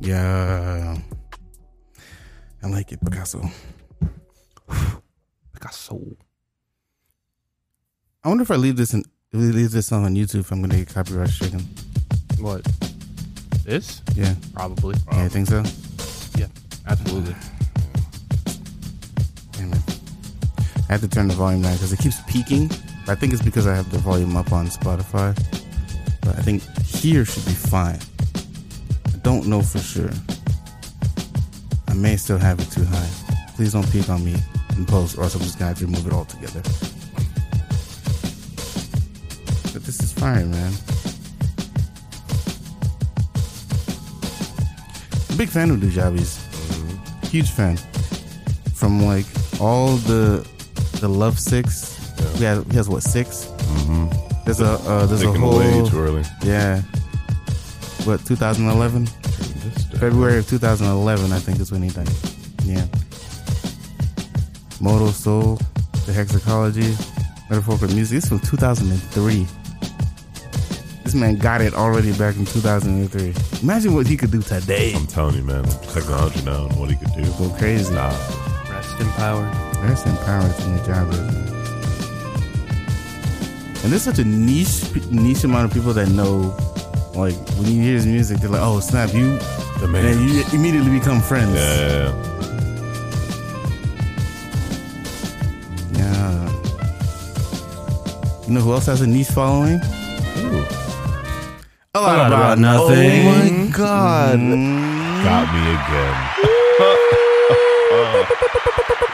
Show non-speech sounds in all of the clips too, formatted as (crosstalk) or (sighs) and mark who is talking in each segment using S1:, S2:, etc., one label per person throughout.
S1: Yeah. I like it, Picasso. (sighs) Picasso. I wonder if I leave this in, if we leave this song on YouTube, if I'm gonna get copyright stricken.
S2: What? This?
S1: Yeah.
S2: Probably.
S1: yeah, I think so.
S2: Yeah, absolutely.
S1: Damn it. I have to turn the volume down because it keeps peaking. I think it's because I have the volume up on Spotify. But I think here should be fine. I don't know for sure. I may still have it too high. Please don't peak on me in post, or else I'm just gonna have to remove it altogether. But this is fine, man. Big fan of Dujabis. Huge fan from like all the the Love Six. He has, he has what 6 There's a uh, there's a
S3: Taking
S1: whole
S3: way too early.
S1: yeah. What 2011? February of 2011, I think is when he died. Yeah. Modal Soul, The Hexacology, Metaphor for Music. It's from 2003. This man got it already back in 2003. Imagine what he could do today.
S3: I'm telling you, man. Technology now and what he could do.
S1: Go crazy.
S3: Nah.
S2: Rest in power.
S1: That's empowering from the job. is. And there's such a niche niche amount of people that know, like when you hear his music, they're like, "Oh snap, you!"
S3: The man.
S1: And you immediately become friends.
S3: Yeah, yeah, yeah.
S1: Yeah. You know who else has a niche following? A lot, about, nothing. Mm-hmm.
S4: Oh my god.
S3: Got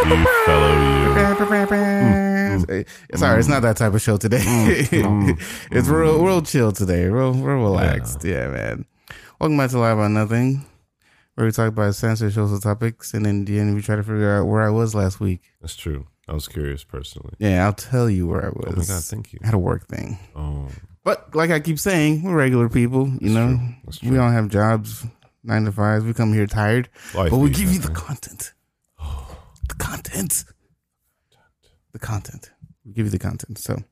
S3: me again.
S1: (laughs)
S3: you fellow you. Mm-hmm.
S1: Sorry, it's not that type of show today. (laughs) it's real,
S3: Mm-hmm.
S1: real chill today. Real, real relaxed. Yeah, man. Welcome back to Live on Nothing, where we talk about sensitive social topics, and in the end, we try to figure out where I was last week.
S3: That's true. I was curious personally.
S1: Yeah, I'll tell you where I was.
S3: Oh my God, thank you.
S1: I had a work thing,
S3: Oh,
S1: but like I keep saying, we're regular people. You know,
S3: true. That's
S1: we
S3: true.
S1: don't have jobs, nine to fives. We come here tired,
S3: Life
S1: but we
S3: beats
S1: give you the
S3: nothing.
S1: content.
S3: (sighs)
S1: The content. The content. We give you the content. So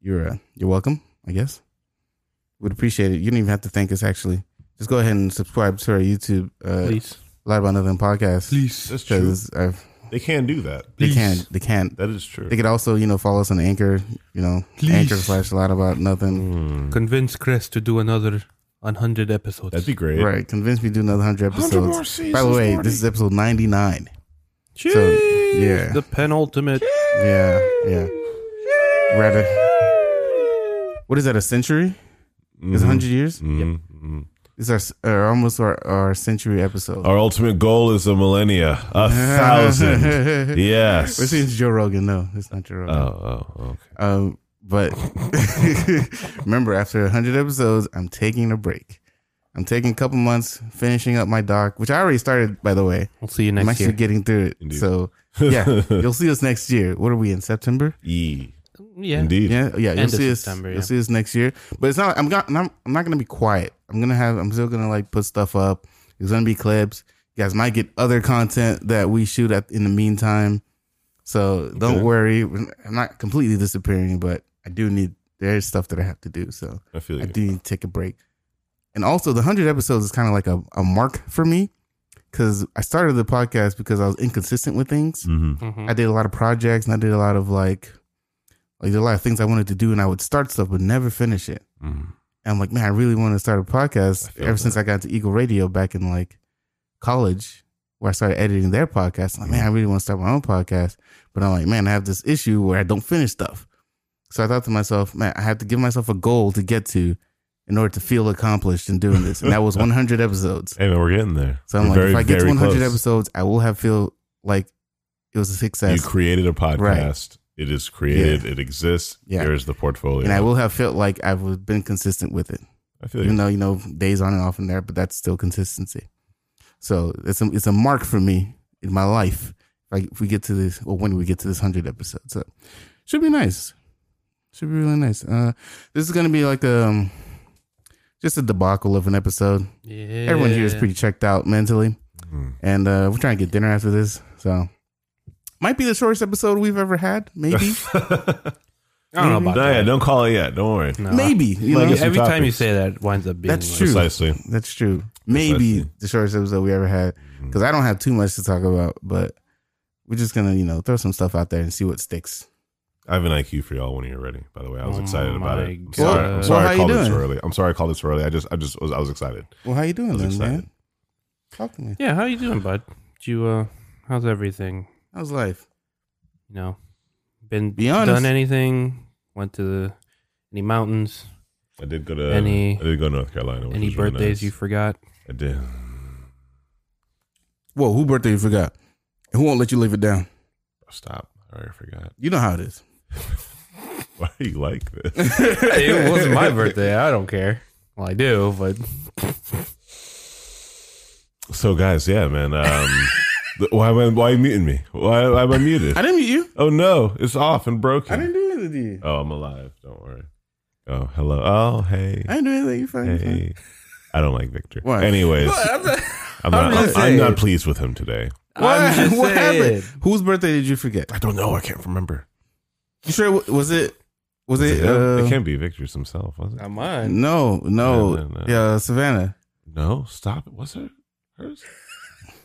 S1: you're uh, you're welcome, I guess. Would appreciate it. You don't even have to thank us actually. Just go ahead and subscribe to our YouTube uh
S2: Please.
S1: Live on Nothing podcast.
S3: please. That's true.
S1: Because I've-
S3: They can do that.
S1: they can't they can't
S3: That is true.
S1: they could also, you know, follow us on Anchor, you know, Anchor slash a lot about nothing.
S3: Mm.
S2: Convince Chris to do another 100 episodes.
S3: That'd be great.
S1: Right. Convince me to do another hundred
S3: 100 more
S1: episodes. By the way, this is episode ninety nine.
S2: Jeez,
S1: So yeah.
S2: The penultimate.
S1: Yeah, yeah. Rather. What is that? A century? Is it hundred years?
S3: Mhm, mhm.
S1: It's our, our almost our, our century episode.
S3: Our ultimate goal is a millennia,
S1: (laughs)
S3: a thousand. yes.
S1: This is Joe Rogan. No, it's not Joe
S3: oh,
S1: Rogan.
S3: oh, okay.
S1: Um, but (laughs) remember, after hundred episodes, I'm taking a break. I'm taking a couple months, finishing up my doc, which I already started, by the way.
S2: We'll see you
S1: I'm
S2: next
S1: actually
S2: year.
S1: getting through it.
S3: Indeed.
S1: So yeah, you'll see us next year. What are we in September?
S3: E.
S2: yeah.
S3: Indeed.
S1: Yeah, yeah. You'll
S2: End of
S1: see us.
S2: September,
S1: You'll
S2: yeah.
S1: see us next year. But it's not. I'm not. I'm, I'm not gonna be quiet. I'm gonna have. I'm still gonna like put stuff up. There's gonna be clips. You guys might get other content that we shoot at in the meantime. So don't
S3: Okay.
S1: worry. I'm not completely disappearing, but I do need. There's stuff that I have to do. So
S3: I feel
S1: I
S3: you.
S1: do need to take a break. And also, the 100 episodes is kind of like a, a mark for me because I started the podcast because I was inconsistent with things.
S3: Mhm.
S2: Mhm.
S1: I did a lot of projects and I did a lot of like, like there were a lot of things I wanted to do and I would start stuff but never finish it.
S3: Mhm.
S1: And I'm like, man, I really want to start a
S3: I
S1: podcast
S3: feel
S1: ever
S3: that.
S1: since I got to Eagle Radio back in like college where I started editing their podcast. I'm like, man, I really want to start my own podcast. But I'm like, man, I have this issue where I don't finish stuff. So I thought to myself, man, I have to give myself a goal to get to in order to feel accomplished in doing this. And that
S3: (laughs)
S1: was 100 episodes.
S3: Hey, man, we're getting there.
S1: So I'm
S3: We're
S1: like,
S3: very,
S1: if I get to
S3: very
S1: 100
S3: close.
S1: episodes, I will have feel like it was a success.
S3: you created a podcast. It is created. It exists.
S1: Yeah.
S3: Here's the portfolio.
S1: and I will have felt like I've been consistent with it,
S3: I feel you. (laughs)
S1: even though you know days on and off in there, but that's still consistency. So it's a it's a mark for me in my life. Like if we get to this, or when we get to this hundred episode, so should be nice. Should be really nice. Uh, this is gonna be like um, just a debacle of an episode.
S2: Yeah.
S1: Everyone here is pretty checked out mentally,
S3: Hmm.
S1: and uh, we're trying to get dinner after this. So might be the shortest episode we've ever had.
S3: (laughs)
S1: Maybe,
S2: I don't know about
S3: Nah, yeah,
S2: that.
S3: don't call it yet. Don't worry.
S2: No.
S1: maybe. You
S3: Like
S1: know?
S3: it's-
S2: Every
S3: Some
S2: time you
S3: topics.
S2: say that, it winds up being
S1: That's
S2: like-
S1: true.
S3: Precisely.
S1: That's true. maybe Mm-hmm.
S3: Precisely.
S1: the shortest episode we ever had because I don't have too much to talk about, but we're just gonna you know throw some stuff out there and see what sticks.
S3: I have an IQ for y'all when you're ready. By the way, I was
S2: Oh
S3: excited about it. I'm
S2: my
S3: sorry,
S2: God.
S3: I'm sorry
S1: Well,
S3: I
S1: how
S3: called
S1: you
S3: it so
S1: doing?
S3: early. I'm sorry I called it so early. I just, I just, was, I was excited.
S1: Well, how you doing
S3: was
S1: then,
S3: excited.
S1: man? Talk to me.
S2: Yeah, how you doing, bud? Did you uh how's everything?
S1: How's life?
S2: You know? Been
S1: Be honest.
S2: done anything? Went to the any mountains?
S3: I did go to
S2: Any-
S3: I did go to North Carolina. Which
S2: any
S3: was really
S2: birthdays
S3: nice.
S2: you forgot?
S3: I did.
S1: Whoa, who birthday you forgot? Who won't let you live it down?
S3: Stop. I already forgot. (laughs)
S1: You know how it (laughs) is.
S3: Why are you like this?
S2: it wasn't (laughs) my birthday. I don't care. Well, I do, (laughs) but
S3: so, guys, yeah, man. Um, th- why am I, why are you muting me? Why, why am I muted?
S1: I didn't meet you.
S3: oh no, it's off and broken.
S1: I didn't do anything to you.
S3: oh, I'm alive. Don't worry. Oh, hello. Oh, hey,
S1: I didn't do anything. You fine. you fine.
S3: hey. I don't like Victor.
S1: Why?
S3: Anyways, I'm not.
S1: I'm
S3: I'm,
S1: just
S3: I'm
S1: saying.
S3: not pleased with him today.
S1: What? what happened? Whose birthday did you forget?
S3: I don't know. I can't remember.
S1: You sure it wa- was it? Was
S3: Is
S1: it?
S3: it, him?
S1: uh,
S3: it can't be Victor's himself, was it?
S2: Not mine.
S1: no, no,
S3: No, no, no.
S1: yeah, Savannah.
S3: No, stop it. Was it hers?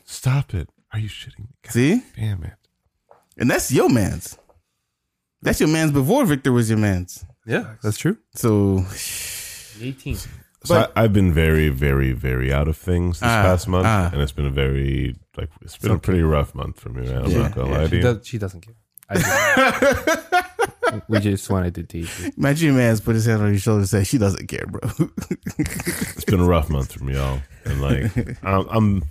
S3: stop it. Are you shitting me? God
S1: See,
S3: damn it.
S1: and that's your man's. That's your man's before Victor was your man's.
S2: Yeah, that's true.
S1: So,
S2: 18.
S3: So
S1: But-
S3: I, I've been very, very, very out of things this
S1: Ah,
S3: past month,
S1: ah.
S3: and it's been a very like it's been a
S1: Something.
S3: pretty rough month for me, man. I'm
S1: Yeah,
S3: not gonna lie to
S2: she,
S3: you.
S2: does, she doesn't care. I do. (laughs) we just wanted to tease you.
S1: imagine your man's put his hand on your shoulder and say, "She doesn't care, bro."
S3: It's been a rough month for me, y'all,
S1: (laughs)
S3: and like I'm, I'm,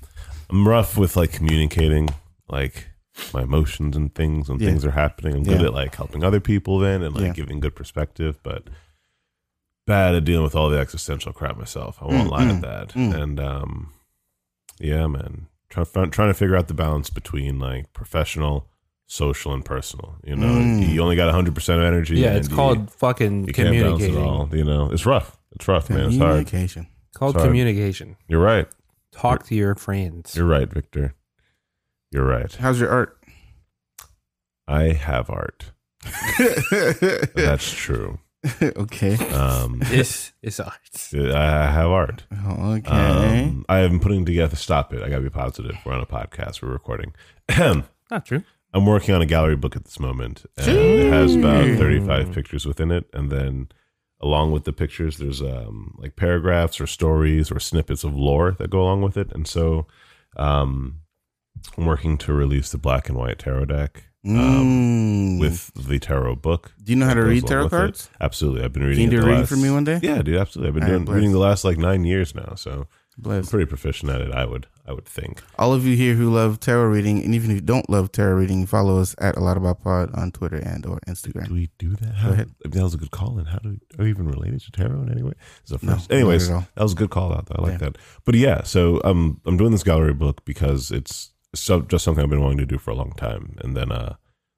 S3: I'm rough with like communicating, like my emotions and things when
S1: Yeah.
S3: things are happening. I'm good
S1: Yeah.
S3: at like helping other people then and like
S1: Yeah.
S3: giving good perspective, but bad at dealing with all the existential crap myself. I
S1: Mm,
S3: won't lie at that. And um, yeah, man, try, try, trying to figure out the balance between like professional, social, and personal. You know,
S1: Mm.
S3: you only got 100 percent of energy.
S2: Yeah, it's
S3: and you-
S2: called fucking
S3: You can't balance it
S2: communicating.
S3: all. You know, it's rough. It's
S1: (laughs)
S3: rough, man. It's hard.
S1: Communication.
S2: Called
S3: Sorry.
S2: communication.
S3: You're right.
S2: Talk to your friends.
S3: You're right, Victor. You're right.
S1: How's your art?
S3: I
S1: (laughs)
S3: have art. That's true.
S1: okay.
S3: Um,
S2: (laughs)
S3: (laughs)
S2: This is art.
S3: I I have art.
S1: Okay.
S3: Um, I am putting together. Stop it! I gotta be positive. We're on a podcast. We're recording. (clears throat) Ahem.
S2: Not true.
S3: I'm working on a gallery book at this moment, and it has about 35 pictures within it. And then, along with the pictures, there's um, like paragraphs or stories or snippets of lore that go along with it. And so, um, I'm working to release the black and white tarot deck
S1: Mm.
S3: um, with the tarot book.
S1: Do you know how to
S3: that
S1: read
S3: goes along
S1: tarot
S3: with it.
S1: cards?
S3: Absolutely, I've been
S1: Can
S3: reading.
S1: you do
S3: it
S1: a
S3: the
S1: reading
S3: last-
S1: for me one day?
S3: Yeah, dude, absolutely.
S1: All
S3: I've been
S1: right,
S3: doing,
S1: bless.
S3: reading the last like nine years now, so I'm
S1: Bless.
S3: pretty proficient at it. I would, I would think.
S1: All of you here who love tarot reading, and even if you don't love tarot reading, follow us at a lot about pod on Twitter and or
S3: Do
S1: Instagram.
S3: we do that? How,
S1: ahead.
S3: I mean, that was a good call. And how do we, are we even related to tarot in any way? It's the
S1: No,
S3: first. Anyways,
S1: not at all.
S3: that was a good call out. Though. I like that. But yeah, so um, I'm doing this gallery book because it's so just something I've been wanting to do for a long time, and then uh,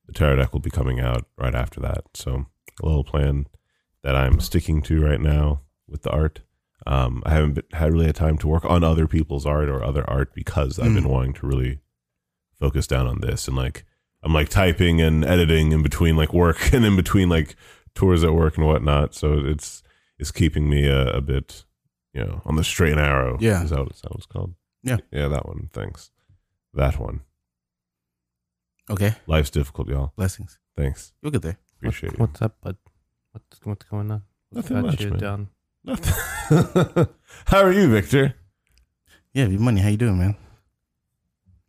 S3: the tarot deck will be coming out right after that. So a little plan that I'm sticking to right now with the art. Um, I haven't been, had really had time to work on other people's art or other art because I've
S1: Hmm.
S3: been wanting to really focus down on this and like I'm like typing and editing in between like work (laughs) and in between like tours at work and whatnot. So it's it's keeping me a, a bit, you know, on the straight and arrow.
S1: Yeah.
S3: is that, what- is that what it's called?
S1: Yeah.
S3: yeah, that one. Thanks, that one.
S1: Okay.
S3: Life's difficult, y'all.
S1: Blessings.
S3: Thanks,
S1: You'll get there.
S3: appreciate
S2: What-
S3: you.
S2: What's up, bud? What's, what's going on? What's
S3: Nothing
S2: got
S3: much,
S2: you
S3: man.
S2: down?
S3: Nothing. (laughs) How are you, Victor?
S1: Yeah, your money. How you doing, man?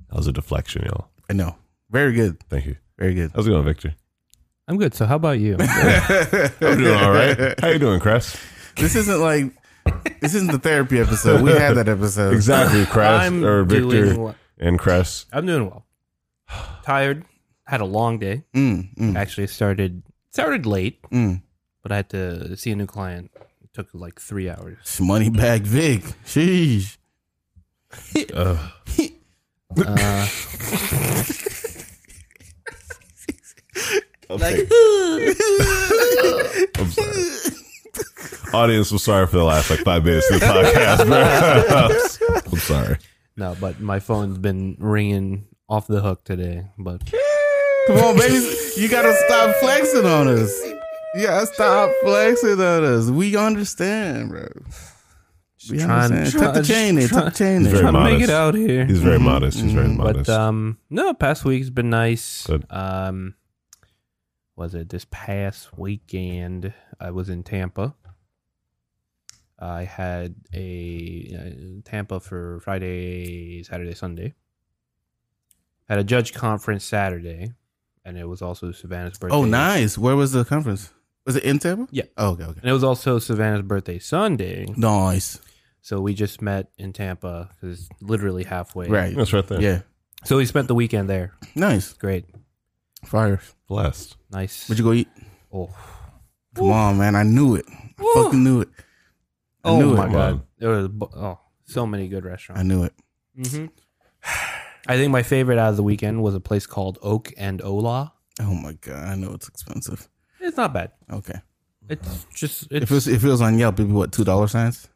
S3: That was a deflection, y'all.
S1: I know. Very good.
S3: Thank you.
S1: Very good.
S3: How's it going, Victor?
S2: I'm good. So how about (laughs) you?
S3: I'm doing all
S2: (laughs)
S3: right. How you doing, Cress?
S1: (laughs) This isn't like this isn't the therapy episode. We had that episode.
S3: Exactly, (laughs) Cress
S2: I'm
S3: or Victor
S2: doing well.
S3: and Cress.
S2: I'm doing well. (sighs) Tired. Had a long day.
S1: Mm, mm,
S2: Actually started started late,
S1: mm.
S2: but I had to see a new client. It took like three hours.
S1: It's Money bag Vic. Sheesh.
S2: Uh,
S3: I'm sick.
S2: (laughs)
S3: I'm sorry. Audience, I'm sorry for the last like five minutes of the podcast. bro. (laughs) I'm sorry.
S2: no, but my phone's been ringing off the hook today. But
S1: Come on, babies. You gotta stop flexing on us. You gotta stop flexing on us. We understand, bro. You know what I'm saying? Tuck the chain in. Tuck the chain
S3: Very
S1: in.
S2: trying to make
S3: modest.
S2: it out here.
S3: He's very
S1: Mhm,
S3: modest. He's very
S1: mhm.
S3: modest.
S2: Mm-hmm. But um, no, past week's been nice.
S3: Good.
S2: Um, was it this past weekend? I was in Tampa. I had a uh, Tampa for Friday, Saturday, Sunday. Had a judge conference Saturday, and it was also Savannah's birthday.
S1: Oh, nice. Where was the conference? Was it in Tampa?
S2: Yeah.
S1: Oh, okay, okay.
S2: And it was also Savannah's birthday Sunday.
S1: Nice.
S2: So we just met in Tampa because it's literally halfway.
S1: Right.
S3: That's right there.
S1: Yeah.
S2: So we spent the weekend there.
S1: Nice.
S2: It's great.
S1: Fire.
S3: Blessed.
S2: Nice.
S1: What'd you go eat?
S2: oh.
S1: Come on, man. I knew it. I
S2: Woo.
S1: fucking knew it. I
S2: Oh
S1: knew
S2: my
S1: it.
S2: god,
S3: Wow.
S2: there was bu- oh so many good
S1: I
S2: restaurants.
S1: knew it.
S2: hmm I think my favorite out of the weekend was a place called Oak and Ola.
S1: Oh my god. I know it's expensive.
S2: It's not bad.
S1: Okay.
S2: It's just
S1: If
S2: it's
S1: it was if it was on Yelp, it'd be what two dollar signs?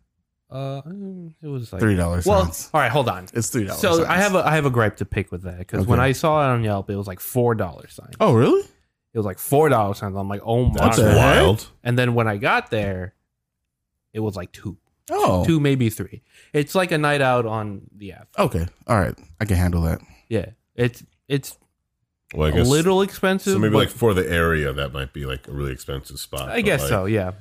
S2: uh mm, it was like
S1: Three dollar
S2: well
S1: signs.
S2: all right hold on.
S1: It's three dollars.
S2: So I have a I have a gripe to pick with that because when
S1: Okay.
S2: I saw it on Yelp, it was like four dollars sign.
S1: Oh really?
S2: It was like four dollars signs. I'm like oh my
S3: That's
S1: the
S2: god.
S1: heck?
S3: wild.
S2: And then when I got there, it was like two,
S1: Oh.
S2: two maybe three. It's like a night out on the app.
S1: Okay. All right. I can handle that.
S2: Yeah, it's it's
S3: Well, I
S2: a
S3: guess
S2: little expensive.
S3: so. Maybe
S2: but
S3: like for the area, that might be like a really expensive spot.
S2: I
S3: but,
S2: guess
S3: like,
S2: so. Yeah,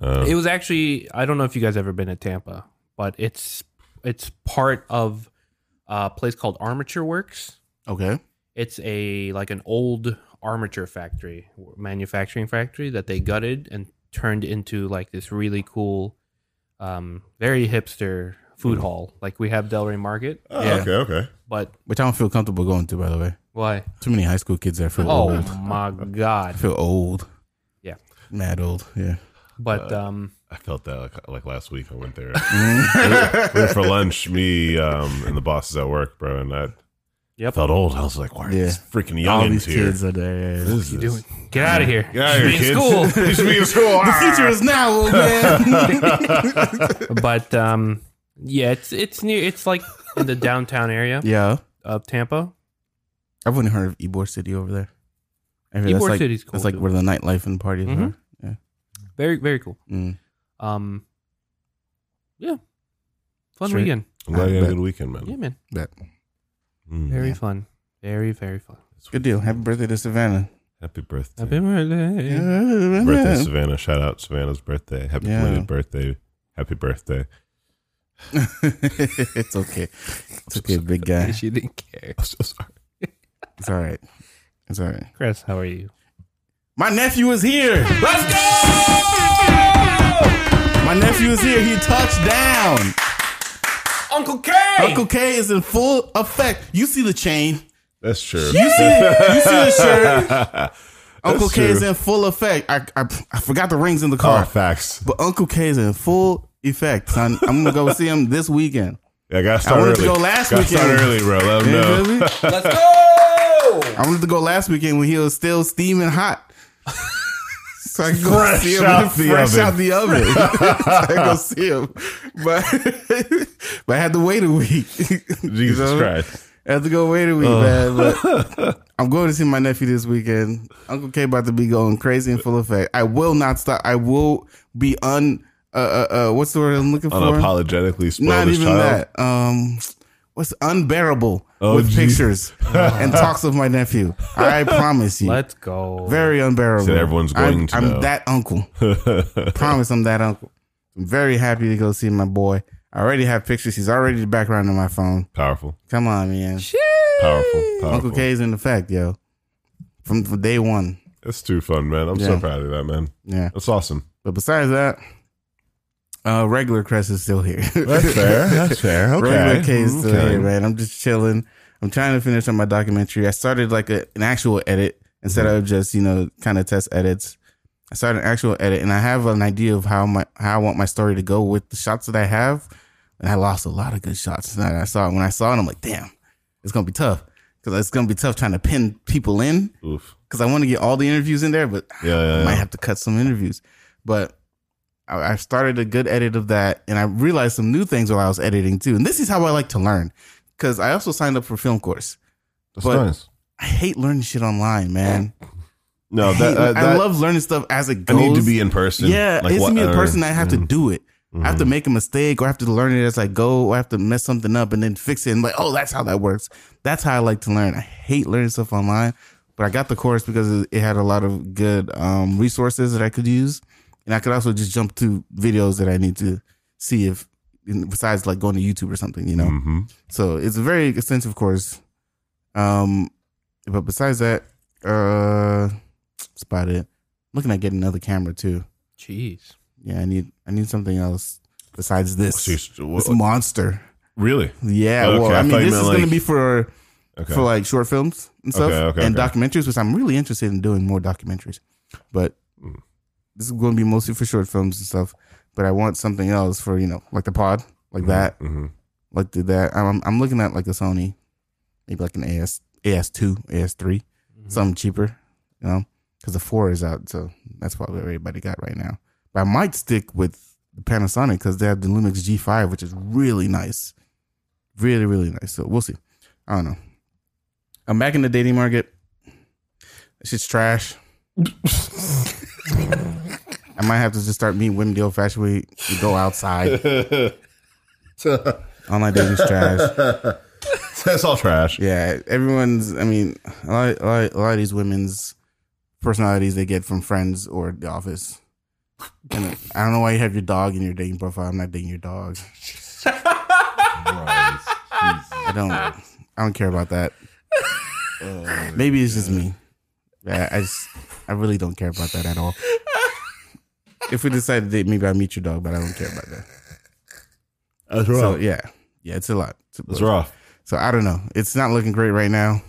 S3: uh,
S2: it was actually. I don't know if you guys ever been to Tampa, but it's it's part of a place called Armature Works.
S1: Okay.
S2: It's a like an old armature factory, manufacturing factory that they gutted and turned into like this really cool, um, very hipster
S3: Hmm.
S2: food hall. Like we have Delray Market,
S3: oh,
S1: yeah.
S3: Okay. Okay.
S2: but
S1: Which I don't feel comfortable going to, by the way.
S2: why?
S1: Too many high school kids there feel
S2: Oh
S1: old.
S2: my
S1: I
S2: god!
S1: feel old.
S2: Yeah.
S1: Mad old.
S2: (laughs)
S1: Yeah.
S2: But
S3: Uh,
S2: um,
S3: I felt that like, like last week. I went there. (laughs)
S1: Mm-hmm.
S3: we were- we were for lunch. Me um, and the bosses at work, bro, and I
S2: Yep.
S3: felt old. I was like, "Why are
S1: Yeah.
S3: these freaking
S1: All these
S3: youngins here?
S1: kids are there.
S3: What is
S2: you
S3: this?
S2: doing? Get out of here!
S3: Get out of
S2: Be in
S3: here, kids.
S2: school.
S3: (laughs) You should be in school.
S1: The future is (laughs) now, old man. (laughs)
S2: but um, yeah, it's it's near. It's like in the downtown (laughs) area
S1: yeah.
S2: of Tampa.
S1: I wouldn't heard of Ybor City over there. I heard
S2: Ybor
S1: like,
S2: City's cool,
S1: That's like
S2: too.
S1: where the nightlife and parties
S2: Mhm.
S1: are.
S2: Very very cool.
S1: Yeah. Mm.
S2: Um, yeah, fun
S1: Sure.
S2: weekend.
S3: (laughs) I'm glad you had a
S1: Bet.
S3: good weekend, man.
S2: Yeah, man,
S1: But
S3: Mm.
S2: very
S1: Yeah.
S2: fun. Very very fun.
S1: good deal. Happy birthday to Savannah.
S3: Happy birthday.
S2: Happy birthday.
S3: birthday, Savannah. Shout out Savannah's birthday. Happy
S1: Yeah.
S3: belated birthday. Happy birthday.
S1: (laughs) it's okay. It's okay, big guy.
S2: She didn't care.
S3: I'm so sorry.
S1: It's all right. It's all right.
S2: Chris, how are you?
S1: My nephew is here. Let's go. My nephew is here. He touched down.
S2: Uncle K.
S1: Uncle K is in full effect. You see the chain.
S3: That's true.
S1: You see, you see the
S3: (laughs)
S1: shirt. Uncle K
S3: true.
S1: is in full effect. I, I I forgot the rings in the car.
S3: Oh, facts.
S1: But Uncle K is in full effect. son. I'm gonna go see him this weekend.
S3: Yeah, I got started
S1: wanted to
S3: early.
S1: go last
S3: gotta
S1: weekend.
S3: Start early, bro. Let 'em
S1: You
S3: know.
S1: feel me?
S2: Let's go.
S1: I wanted to go last weekend when he was still steaming hot. So I can go
S3: Fresh
S1: see him
S3: out the
S1: fresh
S3: oven.
S1: out the oven. (laughs) so I can go see him. But, (laughs) but I had to wait a week. (laughs)
S3: Jesus
S1: know?
S3: Christ. Oh.
S1: I had to go wait a week, man. But
S3: (laughs)
S1: I'm going to see my nephew this weekend. Uncle K about to be going crazy in full effect. I will not stop. I will be un uh uh, uh what's the word I'm looking for?
S3: Unapologetically spoiled
S1: not
S3: this
S1: even
S3: child.
S1: that. Um, what's unbearable
S3: Oh,
S1: with
S3: geez. (laughs)
S1: pictures and talks of my nephew. I promise you,
S2: Let's go.
S1: very unbearable.
S3: So everyone's going
S1: I'm,
S3: to
S1: I'm
S3: know.
S1: that
S3: (laughs)
S1: uncle. promise, I'm that uncle. I'm very happy to go see my boy. I already have pictures. He's already the background on my phone.
S3: Powerful.
S1: Come on, man.
S3: Powerful. Powerful.
S1: Uncle K's in effect, yo. From, from day one.
S3: That's too fun, man. I'm so
S1: Yeah.
S3: proud of that, man.
S1: Yeah. (laughs)
S3: That's awesome.
S1: But besides that, uh, regular Crest is still here. (laughs)
S3: That's fair. (laughs)
S1: regular case still here, man. I'm just chilling. I'm trying to finish on my documentary. I started like a, an actual edit instead of just you know kind of test edits. I started an actual edit, and I have an idea of how my how I want my story to go with the shots that I have. And I lost a lot of good shots. And I saw it when I saw it, I'm like, damn, it's gonna be tough because it's gonna be tough trying to pin people in
S3: Oof.
S1: because I want to get all the interviews in there, but
S3: Yeah, yeah,
S1: I
S3: yeah.
S1: might have to cut some interviews. But I, I started a good edit of that, and I realized some new things while I was editing too. And this is how I like to learn, because I also signed up for film course.
S3: That's
S1: But-
S3: nice.
S1: I hate learning shit online, man.
S3: No,
S1: I, hate-
S3: that, uh,
S1: I
S3: that-
S1: love learning stuff as it
S3: I
S1: goes.
S3: need to be in person.
S1: Yeah, it's
S3: what-
S1: me a
S3: uh,
S1: person. I have to do it. I have to
S3: Mhm.
S1: make a mistake or I have to learn it as I go or I have to mess something up and then fix it and like, oh, that's how that works. That's how I like to learn. I hate learning stuff online, but I got the course because it- it had a lot of good um, resources that I could use. And I could also just jump to videos that I need to see if, besides like going to YouTube or something, you know?
S3: Mhm.
S1: So it's a very extensive course. Um, but besides that, uh, that's about it. looking at getting another camera too.
S2: Jeez.
S1: Yeah, I need I need something else besides this
S3: So you're-
S1: this monster.
S3: really?
S1: Yeah,
S3: Okay,
S1: well,
S3: I
S1: I mean,
S3: thought you
S1: this is
S3: meant
S1: going
S3: like-
S1: to be for
S3: Okay.
S1: for like short films and stuff
S3: Okay, okay,
S1: and
S3: okay.
S1: documentaries, which I'm really interested in doing more documentaries. But
S3: Hmm.
S1: this is going to be mostly for short films and stuff. But I want something else for you know, like the pod, like that (laughs)
S3: hmm
S1: like did that. I'm I'm looking at like a Sony, maybe like an AS AS two, AS 3 something cheaper, you know, because the four is out, so that's what everybody got right now. But I might stick with the Panasonic because they have the Lumix G five, which is really nice, really really nice. So we'll see. I don't know. I'm back in the dating market. This shit's trash. I might have to just start meeting women the old fashioned way. You go outside. Online dating's trash.
S3: That's all trash.
S1: Yeah, everyone's. I mean, a lot, a lot, a lot of these women's personalities they get from friends or the office. And I don't know why you have your dog in your dating profile. I'm not dating your dog. I don't. I don't care about that. Maybe it's just me. Yeah, I just. I really don't care about that at all. If we decide to date, maybe I'll meet your dog, but I don't care about that.
S3: That's
S1: So yeah, yeah, it's a lot. It's a-
S3: That's rough.
S1: So I don't know. It's not looking great right now.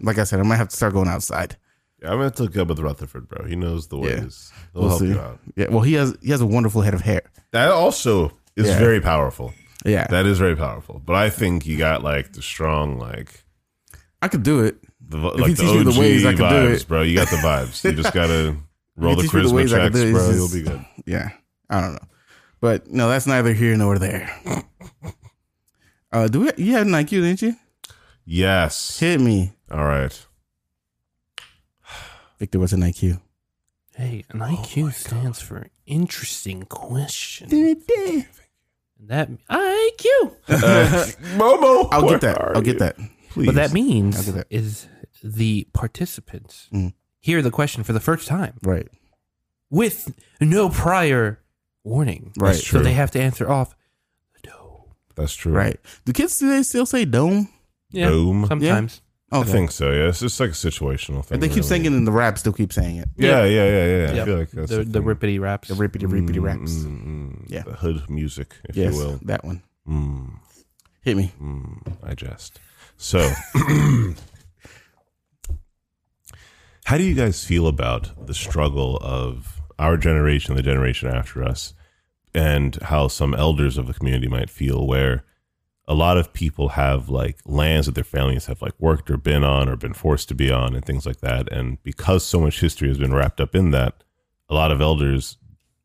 S1: Like I said, I might have to start going outside.
S3: Yeah, I'm gonna have to hook up with Rutherford, bro. He knows the
S1: Yeah.
S3: ways. He'll
S1: We'll
S3: help
S1: see.
S3: you out.
S1: Yeah, well, he has he has a wonderful head of hair.
S3: That also is
S1: Yeah.
S3: very powerful.
S1: Yeah,
S3: That is very powerful. But I think you got like the strong, like
S1: I could do it.
S3: the
S1: he
S3: like the
S1: teach me
S3: OG
S1: the ways, I
S3: vibes,
S1: can do it.
S3: bro. You got the vibes. You just gotta roll
S1: (laughs) If
S3: the
S1: you teach me the
S3: charisma
S1: ways I can
S3: checks,
S1: do it,
S3: bro.
S1: it's
S3: You'll
S1: just-
S3: be good.
S1: Yeah, I don't know, but no, that's neither here nor there. (laughs) Uh, do we? You had an IQ, didn't you?
S3: Yes.
S1: Hit me,
S3: All right.
S1: Victor. What's an IQ?
S2: Hey, an IQ stands for interesting question. And that IQ.
S3: Uh, (laughs) Momo,
S1: (laughs) I'll
S3: where
S1: get that.
S3: are
S1: I'll
S3: you?
S1: get that.
S3: Please.
S2: What that means
S1: I'll do that.
S2: is the participants
S1: Mm.
S2: hear the question for the first time
S1: Right.
S2: with no prior warning.
S1: Right.
S3: That's
S2: So
S3: true.
S2: they have to answer off. No.
S3: That's true.
S1: Right. Do kids today still say dome?
S2: Yeah.
S3: Boom.
S2: Sometimes.
S1: Oh,
S3: I think so. Yeah, it's just like a situational thing.
S1: they keep
S3: really.
S1: saying it in the rap. Still keep saying it.
S3: Yeah, yeah, yeah, yeah. I
S2: Yeah.
S3: feel like that's
S2: The, the
S3: thing.
S2: rippity raps.
S1: The rippity rippity raps.
S3: Mm, mm, mm.
S1: Yeah.
S3: the hood music, if
S1: Yes,
S3: you will.
S1: that one.
S3: Mm,
S1: Hit me.
S3: mm, I jest. So, (clears throat) how do you guys feel about the struggle of our generation, the generation after us, and how some elders of the community might feel where a lot of people have like lands that their families have like worked or been on or been forced to be on and things like that. And because so much history has been wrapped up in that, a lot of elders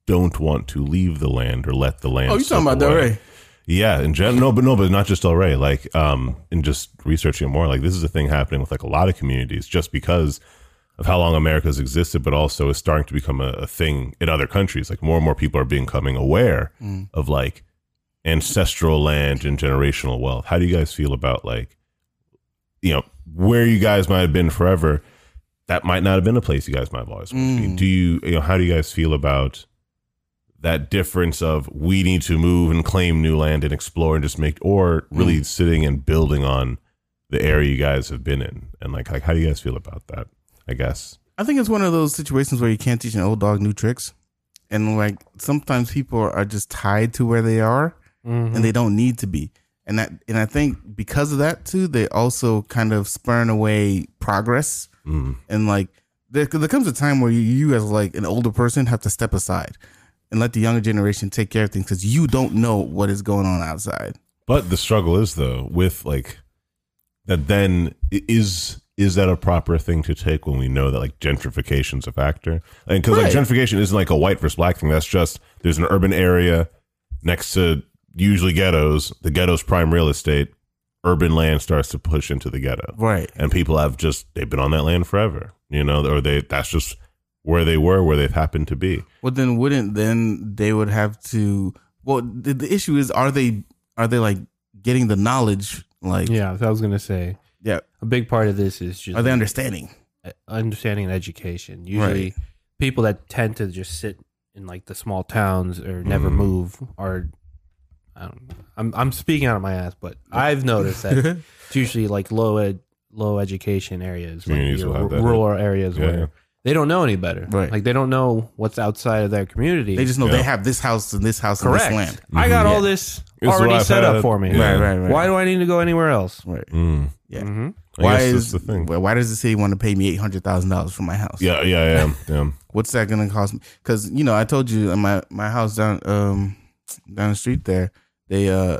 S3: don't want to leave the land or let the land.
S1: Oh, you
S3: slip
S1: talking about Del
S3: away.
S1: Rey?
S3: Yeah, in general, no, but no, but not just Del Rey. Like, um, and just researching it more, like this is a thing happening with like a lot of communities, just because of how long America's existed, but also is starting to become a, a thing in other countries. Like more and more people are becoming aware
S1: Mm.
S3: of like ancestral land and generational wealth. How do you guys feel about like, you know, where you guys might have been forever? That might not have been a place you guys might have always wanted to be.
S1: Mm.
S3: Do you, you know, how do you guys feel about that difference of we need to move and claim new land and explore and just make, or really sitting and building on the area you guys have been in? And like, like how do you guys feel about that? I guess.
S1: I think it's one of those situations where you can't teach an old dog new tricks. And like sometimes people are just tied to where they are
S2: Mm-hmm.
S1: and they don't need to be. And that and I think because of that too, they also kind of spurn away progress.
S3: Mm.
S1: And like there, there comes a time where you, you as like an older person have to step aside and let the younger generation take care of things because you don't know what is going on outside.
S3: But the struggle is though with like that. Then i- is is that a proper thing to take when we know that like gentrification's a factor? And because
S1: Right.
S3: like gentrification isn't like a white versus black thing. That's just there's an urban area next to usually ghettos. The ghettos prime real estate. Urban land starts to push into the ghetto,
S1: Right.
S3: and people have just they've been on that land forever. You know, or they that's just where they were, where they've happened to be.
S1: Well, then wouldn't then they would have to Well, the, the issue is, are they are they like getting the knowledge? Like,
S2: Yeah, so I was gonna say
S1: yeah.
S2: a big part of this is just
S1: Are they understanding?
S2: uh, understanding and education. Usually,
S1: Right.
S2: people that tend to just sit in like the small towns or never
S1: Mm.
S3: Mhm.
S2: move are. I don't, I'm I'm speaking out of my ass, but I've
S1: (laughs)
S2: noticed that it's usually like low ed, low education areas, like
S3: Communities
S2: your
S3: will have that,
S2: rural areas
S3: Yeah,
S2: where
S3: yeah.
S2: they don't know any better.
S1: Right.
S2: Like they don't know what's outside of their community.
S1: They just know
S3: Yeah.
S1: they have this house and this house
S2: correct.
S1: and this land.
S2: I got
S1: Mhm.
S2: all
S1: Yeah.
S2: this
S3: Mm-hmm. This is what
S2: already
S3: I've
S2: set
S3: had.
S2: up for me.
S3: Yeah.
S1: Right, right, right.
S2: Why do I need to go anywhere else?
S1: Right.
S3: Mm.
S1: Yeah.
S2: hmm
S3: I
S1: Why
S3: guess that's
S1: is
S3: the thing?
S1: why why does the city want to pay me eight hundred thousand dollars for my house?
S3: Yeah, yeah, yeah, yeah.
S1: what's that gonna cost me? Because you know, I told you in my my house down um down the street there, they uh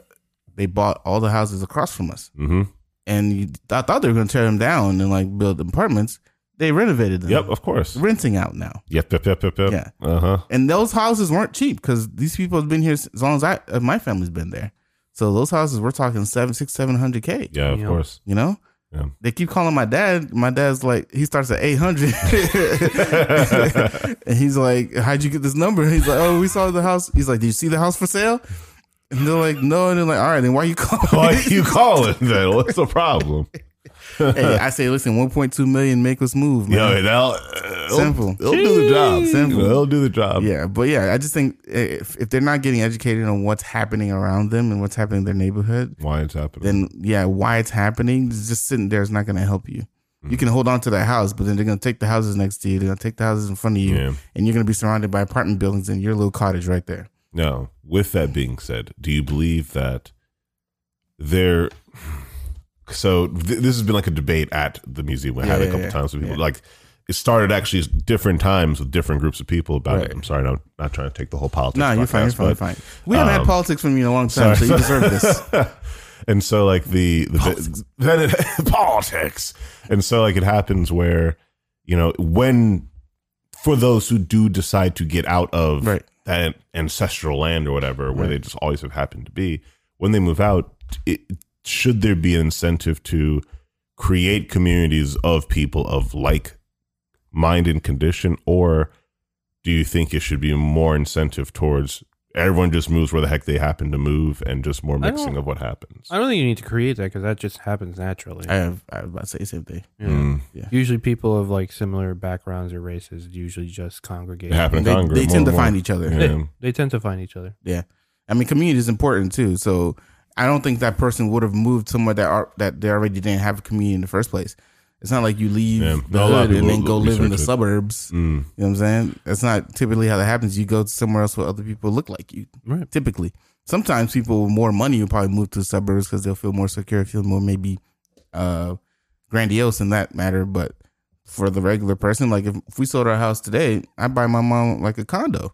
S1: they bought all the houses across from us, (laughs)
S3: hmm
S1: and you, I thought they were gonna tear them down and like build apartments. They renovated them.
S3: Yep, of course.
S1: renting out now,
S3: Yep, yep, yep, yep, yep.
S1: Yeah.
S3: Uh huh.
S1: and those houses weren't cheap because these people have been here s- as long as I uh, my family's been there. So those houses we're talking seven six seven hundred k.
S3: Yeah, of
S2: Yeah.
S3: course.
S1: You know.
S3: Yeah.
S1: They keep calling my dad. My dad's like, he starts at 800. (laughs) and he's like, how'd you get this number? He's like, oh, we saw the house. He's like, do you see the house for sale? And they're like, no. And they're like, all right, then why you calling?
S3: Why are
S1: (laughs)
S3: you calling then? What's the problem?
S1: hey, I say, listen, 1.2 million, make us move, man.
S3: Yo, they'll,
S1: Simple.
S3: They'll, do the job.
S1: Simple.
S3: They'll do the job.
S1: Yeah, but yeah, I just think if, if they're not getting educated on what's happening around them and what's happening in their neighborhood,
S3: Why it's happening?
S1: then yeah, why it's happening, just sitting there is not going to help you.
S3: Mm-hmm.
S1: You can hold on to that house, but then they're going to take the houses next to you. They're going to take the houses in front of you.
S3: yeah.
S1: and you're going to be surrounded by apartment buildings in your little cottage right there.
S3: Now, with that being said, do you believe that there? So th- this has been like a debate at the museum. I
S1: Yeah,
S3: had it a
S1: yeah,
S3: couple
S1: yeah.
S3: times with people.
S1: Yeah.
S3: Like it started actually different times with different groups of people about
S1: Right.
S3: it. I'm sorry, I'm not trying to take the whole politics.
S1: No, you're fine. You're
S3: podcast,
S1: fine. You're fine.
S3: but-
S1: We haven't had
S3: um,
S1: politics from you in a long time, so you deserve
S3: (laughs)
S1: this.
S3: and so like the, the (laughs) then it, politics, and so like it happens where you know when for those who do decide to get out of
S1: Right.
S3: that ancestral land or whatever where
S1: Right.
S3: they just always have happened to be, when they move out, it, should there be an incentive to create communities of people of like mind and condition or do you think it should be more incentive towards everyone just moves where the heck they happen to move and just more
S2: I
S3: mixing
S2: don't-
S3: of what happens
S2: I don't think you need to create that because that just happens naturally.
S1: I have, I was about to say the same thing.
S2: Yeah.
S3: Mm.
S2: Usually, people of like similar backgrounds or races usually just congregate.
S3: it happened in
S1: They,
S3: Congress.
S1: they tend to find each other.
S3: Yeah.
S2: They, they tend to find each other.
S1: I mean, community is important too. So I don't think that person would have moved somewhere that are, that they already didn't have a community in the first place. It's not like you leave
S3: Yeah.
S1: the
S3: No, a lot of
S1: hood and
S3: people
S1: then go live in the
S3: research it.
S1: suburbs.
S3: Mm.
S1: You know what I'm saying? That's not typically how that happens. You go somewhere else where other people look like you.
S2: Right.
S1: typically. Sometimes people with more money will probably move to the suburbs because they'll feel more secure, feel more maybe uh, grandiose in that matter. But for the regular person, like if, if we sold our house today, I'd buy my mom like a condo,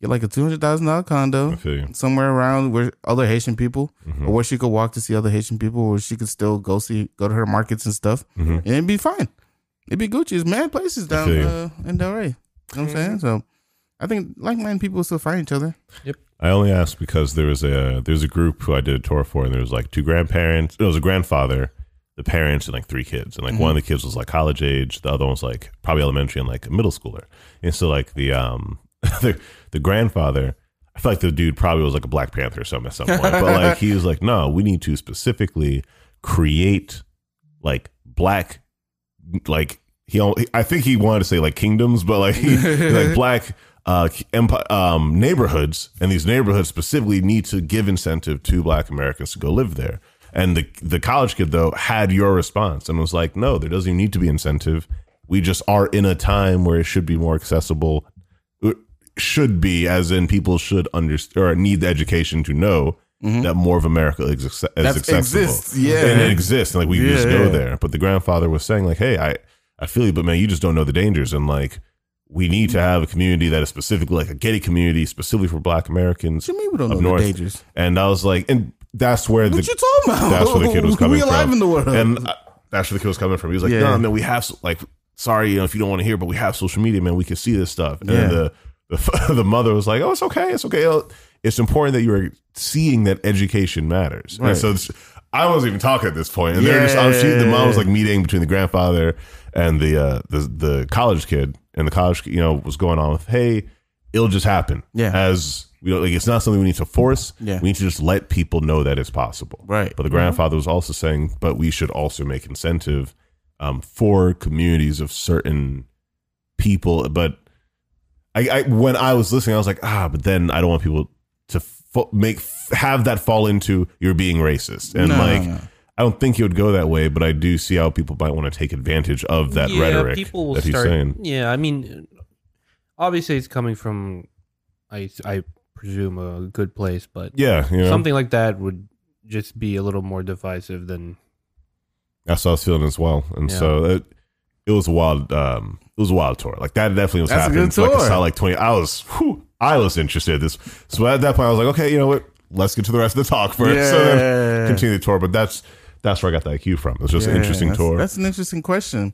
S1: get like a two hundred thousand dollar
S3: I
S1: condo
S3: feel you.
S1: somewhere around where other Haitian people,
S3: Mhm.
S1: or where she could walk to see other Haitian people, or she could still go see go to her markets and stuff,
S3: Mhm.
S1: and it'd be fine. It'd be Gucci's mad places down
S3: feel you.
S1: uh, in Delray. You know what I'm saying? So I think like-minded people still find each other.
S3: I only asked because there was a there's a group who I did a tour for, and there was like two grandparents. It was a grandfather, the parents, and like three kids. And like one of the kids was like college age, the other one was like probably elementary and like a middle schooler. And so like the um (laughs) the, the grandfather, I feel like the dude probably was like a Black Panther or something at some point. but like he was like, no, we need to specifically create like black like he al- I think he wanted to say like kingdoms, but like he, like black uh empire, um neighborhoods and these neighborhoods specifically need to give incentive to black Americans to go live there. And the the college kid though had your response and was like, "No, there doesn't even need to be incentive. We just are in a time where it should be more accessible. It Should be as in people should understand or need the education to know
S1: Mm-hmm.
S3: that more of America is, acce- is
S1: Hmm? That
S3: accessible
S1: exists, yeah.
S3: and it exists. And like we can just
S1: Yeah.
S3: go there. But the grandfather was saying, like, hey, I, I feel you, but man, you just don't know the dangers. And like, we need to have a community that is specifically like a gated community, specifically for Black Americans.
S1: What do you mean we don't
S3: up
S1: know
S3: north.
S1: the dangers?
S3: And I was like, and that's where
S1: What
S3: the
S1: you talking about?
S3: that's where the kid was
S1: (laughs)
S3: coming
S1: We alive
S3: from.
S1: in the (laughs) world.
S3: and I, that's where the kid was coming from. He was like,
S1: Yeah.
S3: no, man, we have so- like, sorry, you know, if you don't want to hear, but we have social media, man. We can see this stuff. And then
S1: Yeah.
S3: the the, (laughs) the mother was like, oh, it's okay, it's okay. Oh, It's important that you are seeing that education matters. And
S1: Right.
S3: so it's- I wasn't even talking at this point. And they're just,
S1: Yeah.
S3: I'm she, the mom was like meeting between the grandfather and the uh, the the college kid, and the college, you know, was going on with, hey. it'll just happen.
S1: Yeah.
S3: As we don't, like, it's not something we need to force.
S1: Yeah.
S3: We need to just let people know that it's possible.
S1: Right.
S3: But the grandfather was also saying, but we should also make incentive um, for communities of certain people. But I, I, when I was listening, I was like, ah, but then I don't want people to fo- make have that fall into you're being racist and
S1: No, no,
S3: like.
S1: no.
S3: I don't think it would go that way, but I do see how people might want to take advantage of that rhetoric
S2: People will
S3: that he's
S2: start.
S3: saying.
S2: Yeah, I mean, obviously it's coming from, I I presume a good place, but
S3: Yeah, you know,
S2: something like that would just be a little more divisive than
S3: that's what I was feeling as well, and
S2: Yeah.
S3: so it, it was a wild, um, it was a wild tour. Like that definitely was
S1: That's a
S3: happening.
S1: good
S3: So, Like I
S1: tour.
S3: saw like twenty. I was, whew, I was interested. in This so at that point I was like, okay, you know what? Let's get to the rest of the talk first. So then
S1: Yeah.
S3: continue the tour, but that's that's where I got that IQ from. It was just
S1: Yeah,
S3: an interesting
S1: that's-
S3: tour.
S1: That's an interesting question.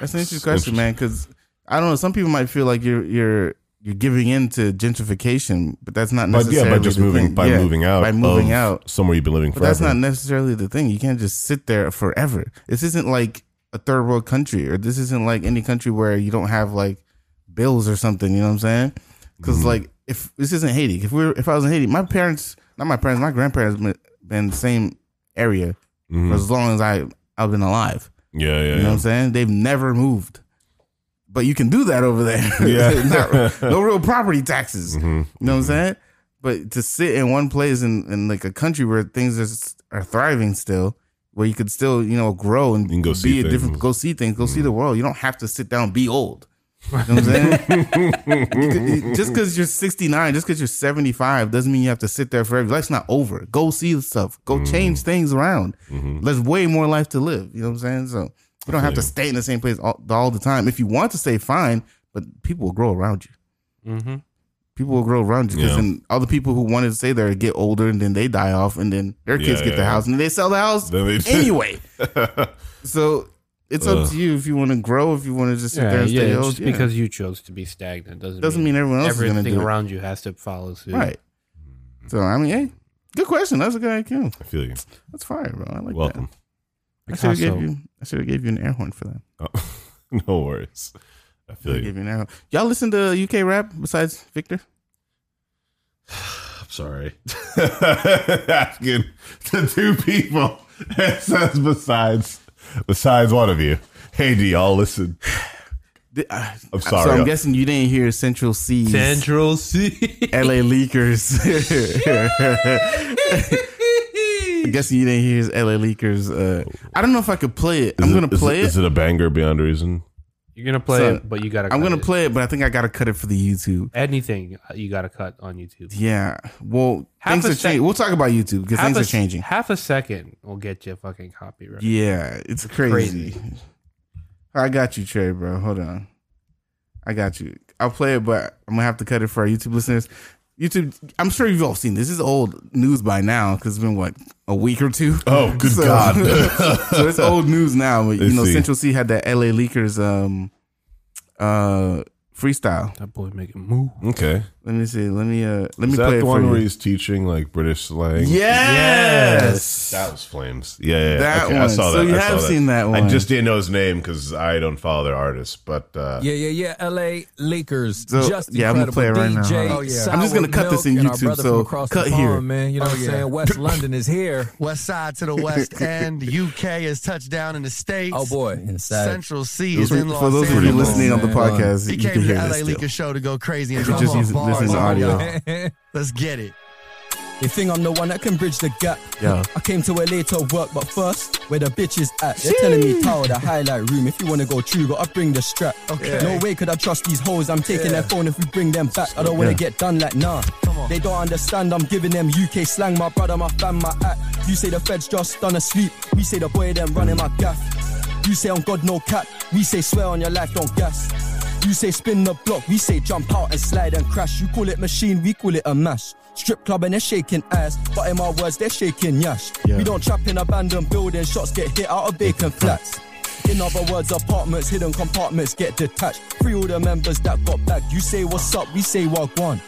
S1: That's an interesting question,
S3: Interesting.
S1: man. Because I don't know. Some people might feel like you're you're you're giving in to gentrification, but that's not
S3: but
S1: necessarily.
S3: yeah, by just
S1: the
S3: moving
S1: thing.
S3: by
S1: Yeah,
S3: moving out
S1: by moving
S3: of
S1: out.
S3: somewhere you've been living
S1: But
S3: forever.
S1: that's not necessarily the thing. You can't just sit there forever. This isn't like a third world country, or this isn't like any country where you don't have like bills or something. You know what I'm saying? Because
S3: Mm-hmm.
S1: like if this isn't Haiti, if we are if I was in Haiti, my parents, not my parents, my grandparents been- been in the same area
S3: Mhm.
S1: for as long as I I've been alive.
S3: Yeah, yeah,
S1: You know what
S3: yeah.
S1: I'm saying? They've never moved. But you can do that over there.
S3: Yeah.
S1: (laughs) Not- no real property
S3: (laughs)
S1: taxes.
S3: Mhm.
S1: You know what I'm saying? But to sit in one place in, in like a country where things are, s- are thriving still, where you could still, you know, grow and,
S3: You can go
S1: be
S3: see
S1: a different,
S3: things. Mm-hmm.
S1: go see things, go see the world. You don't have to sit down and be old. You know what I'm
S3: (laughs)
S1: saying? You could- you- just because you're 69, just because you're 75, doesn't mean you have to sit there forever. Life's not over. Go see stuff. Go
S3: Mm-hmm.
S1: change things around. There's way more life to live. You know what I'm saying? So you don't have to stay in the same place all, all the time. If you want to stay, fine. But people will grow around you
S2: mm-hmm.
S1: people will grow around you because
S3: Yeah.
S1: then all the people who wanted to stay there get older and then they die off and then their kids
S3: Yeah,
S1: get the
S3: yeah.
S1: house and they sell the
S3: (laughs)
S1: house
S3: Then they-
S1: anyway. so it's up
S3: Ugh.
S1: to you if you want to grow, if you want to just sit there
S2: yeah,
S1: and stay
S2: yeah,
S1: old.
S2: just
S1: yeah.
S2: because you chose to be stagnant doesn't
S1: doesn't mean everyone else is going to
S2: everything
S1: do it.
S2: around you has to follow suit.
S1: right. So I mean, hey, good question. That's a good IQ.
S3: I feel you.
S1: That's fire, bro. I like
S3: Welcome.
S1: that. I should have
S2: Picasso.
S1: gave you. I should have gave you an air horn for that.
S3: Oh, (laughs) no worries. I feel
S1: Should've
S3: you.
S1: Gave you an air horn. Y'all listen to UK rap besides Victor?
S3: I'm sorry. (laughs) Asking to two people. It says besides besides one of you. Hey, do y'all listen?
S1: Di- I-
S3: I'm
S1: uh, So
S3: sorry.
S1: I'm guessing you didn't hear Central C's (laughs)
S2: Central C.
S1: LA Leakers.
S2: (laughs)
S1: (laughs) I'm guessing you didn't hear his LA Leakers. Uh, I don't know if I could play it.
S3: Is
S1: I'm gonna
S3: is
S1: play
S3: Is
S1: it.
S3: it a banger beyond reason?
S2: You're gonna play
S1: So,
S2: it, but you gotta.
S1: I'm
S2: cut
S1: gonna
S2: it. uh,
S1: play it, but I think I gotta cut it for the YouTube.
S2: anything. uh, You gotta cut on YouTube.
S1: Yeah. Well,
S2: Half
S1: things
S2: a
S1: are
S2: sec-
S1: changing. We'll talk about YouTube because
S2: Half
S1: things
S2: a
S1: are
S2: s-
S1: changing.
S2: Half a second will get you fucking copyright.
S1: Yeah, it's crazy. I got you, Trey, bro. Hold on. I got you. I'll play it, but I'm gonna have to cut it for our YouTube listeners. YouTube, I'm sure you've all seen this. This is old news by now because it's been what a week or two.
S3: Oh, good
S1: So-
S3: God.
S1: (laughs) so it's old news now. But you
S3: Let's
S1: know,
S3: see.
S1: Central C had that LA Leakers um uh freestyle.
S2: That boy making move.
S3: Okay.
S1: Let me see. Let me uh let me
S3: Is
S1: play
S3: that
S1: it
S3: the
S1: for
S3: one
S1: you.
S3: where he's teaching like British slang?
S1: yes.
S3: That was flames. Yeah, yeah. yeah.
S1: That
S3: okay, I
S1: one.
S3: saw
S1: So
S3: that.
S1: you
S3: I
S1: have
S3: saw
S1: seen that
S3: I
S1: one.
S3: just didn't know his name because I don't follow their artists, but uh,
S4: Yeah, yeah, yeah. LA Lakers.
S1: So,
S4: just
S1: yeah, I'm gonna
S4: incredible
S1: play it right now.
S4: DJ,
S1: Hold on.
S4: Sour
S1: Oh, I'm just gonna cut this in
S4: Milk, and our
S1: YouTube,
S4: brother from
S1: so
S4: across
S1: cut
S4: the
S1: here.
S4: pond, man. You know
S5: Oh,
S4: what I'm
S5: yeah.
S1: (laughs)
S4: saying? West London is here.
S5: West side to the west end. UK is touchdown in the states.
S4: Oh boy.
S5: Central C is
S1: For,
S5: in Los
S1: for those of you
S5: Angeles.
S1: listening on the
S4: Come on.
S1: podcast,
S5: he
S1: you
S5: came
S1: can
S5: to the
S1: hear
S5: LA
S1: this still.
S5: Leaker show to go crazy and
S1: You
S5: drop
S1: just
S5: off
S1: use-
S5: bars.
S1: listen to
S5: Oh,
S1: audio.
S5: y'all.
S4: (laughs)
S5: Let's get it.
S4: You think I'm the one that can bridge the gap?
S1: Yeah.
S4: I came to LA to work, but first, where the bitches at? They're telling me power the highlight room. If you wanna go true, gotta bring the strap.
S5: Okay.
S4: No way could I trust these hoes. I'm taking their phone if we bring them back. I don't wanna
S1: Yeah.
S4: get done like nah.
S5: Come on.
S4: They don't understand. I'm giving them UK slang. My brother, my fam, my act. You say the feds just done asleep. We say the boy them running my gaff. You say on God no cap. We say swear on your life, don't gas. You say spin the block, we say jump out and slide and crash. You call it machine, we call it a mash. Strip club and they're shaking ass, but in my words they're shaking yash.
S1: Yeah.
S4: We don't trap in abandoned buildings, shots get hit out of vacant flats. In other words, apartments, hidden compartments get detached. Free all the members that got back. You say what's up, we say wagwan.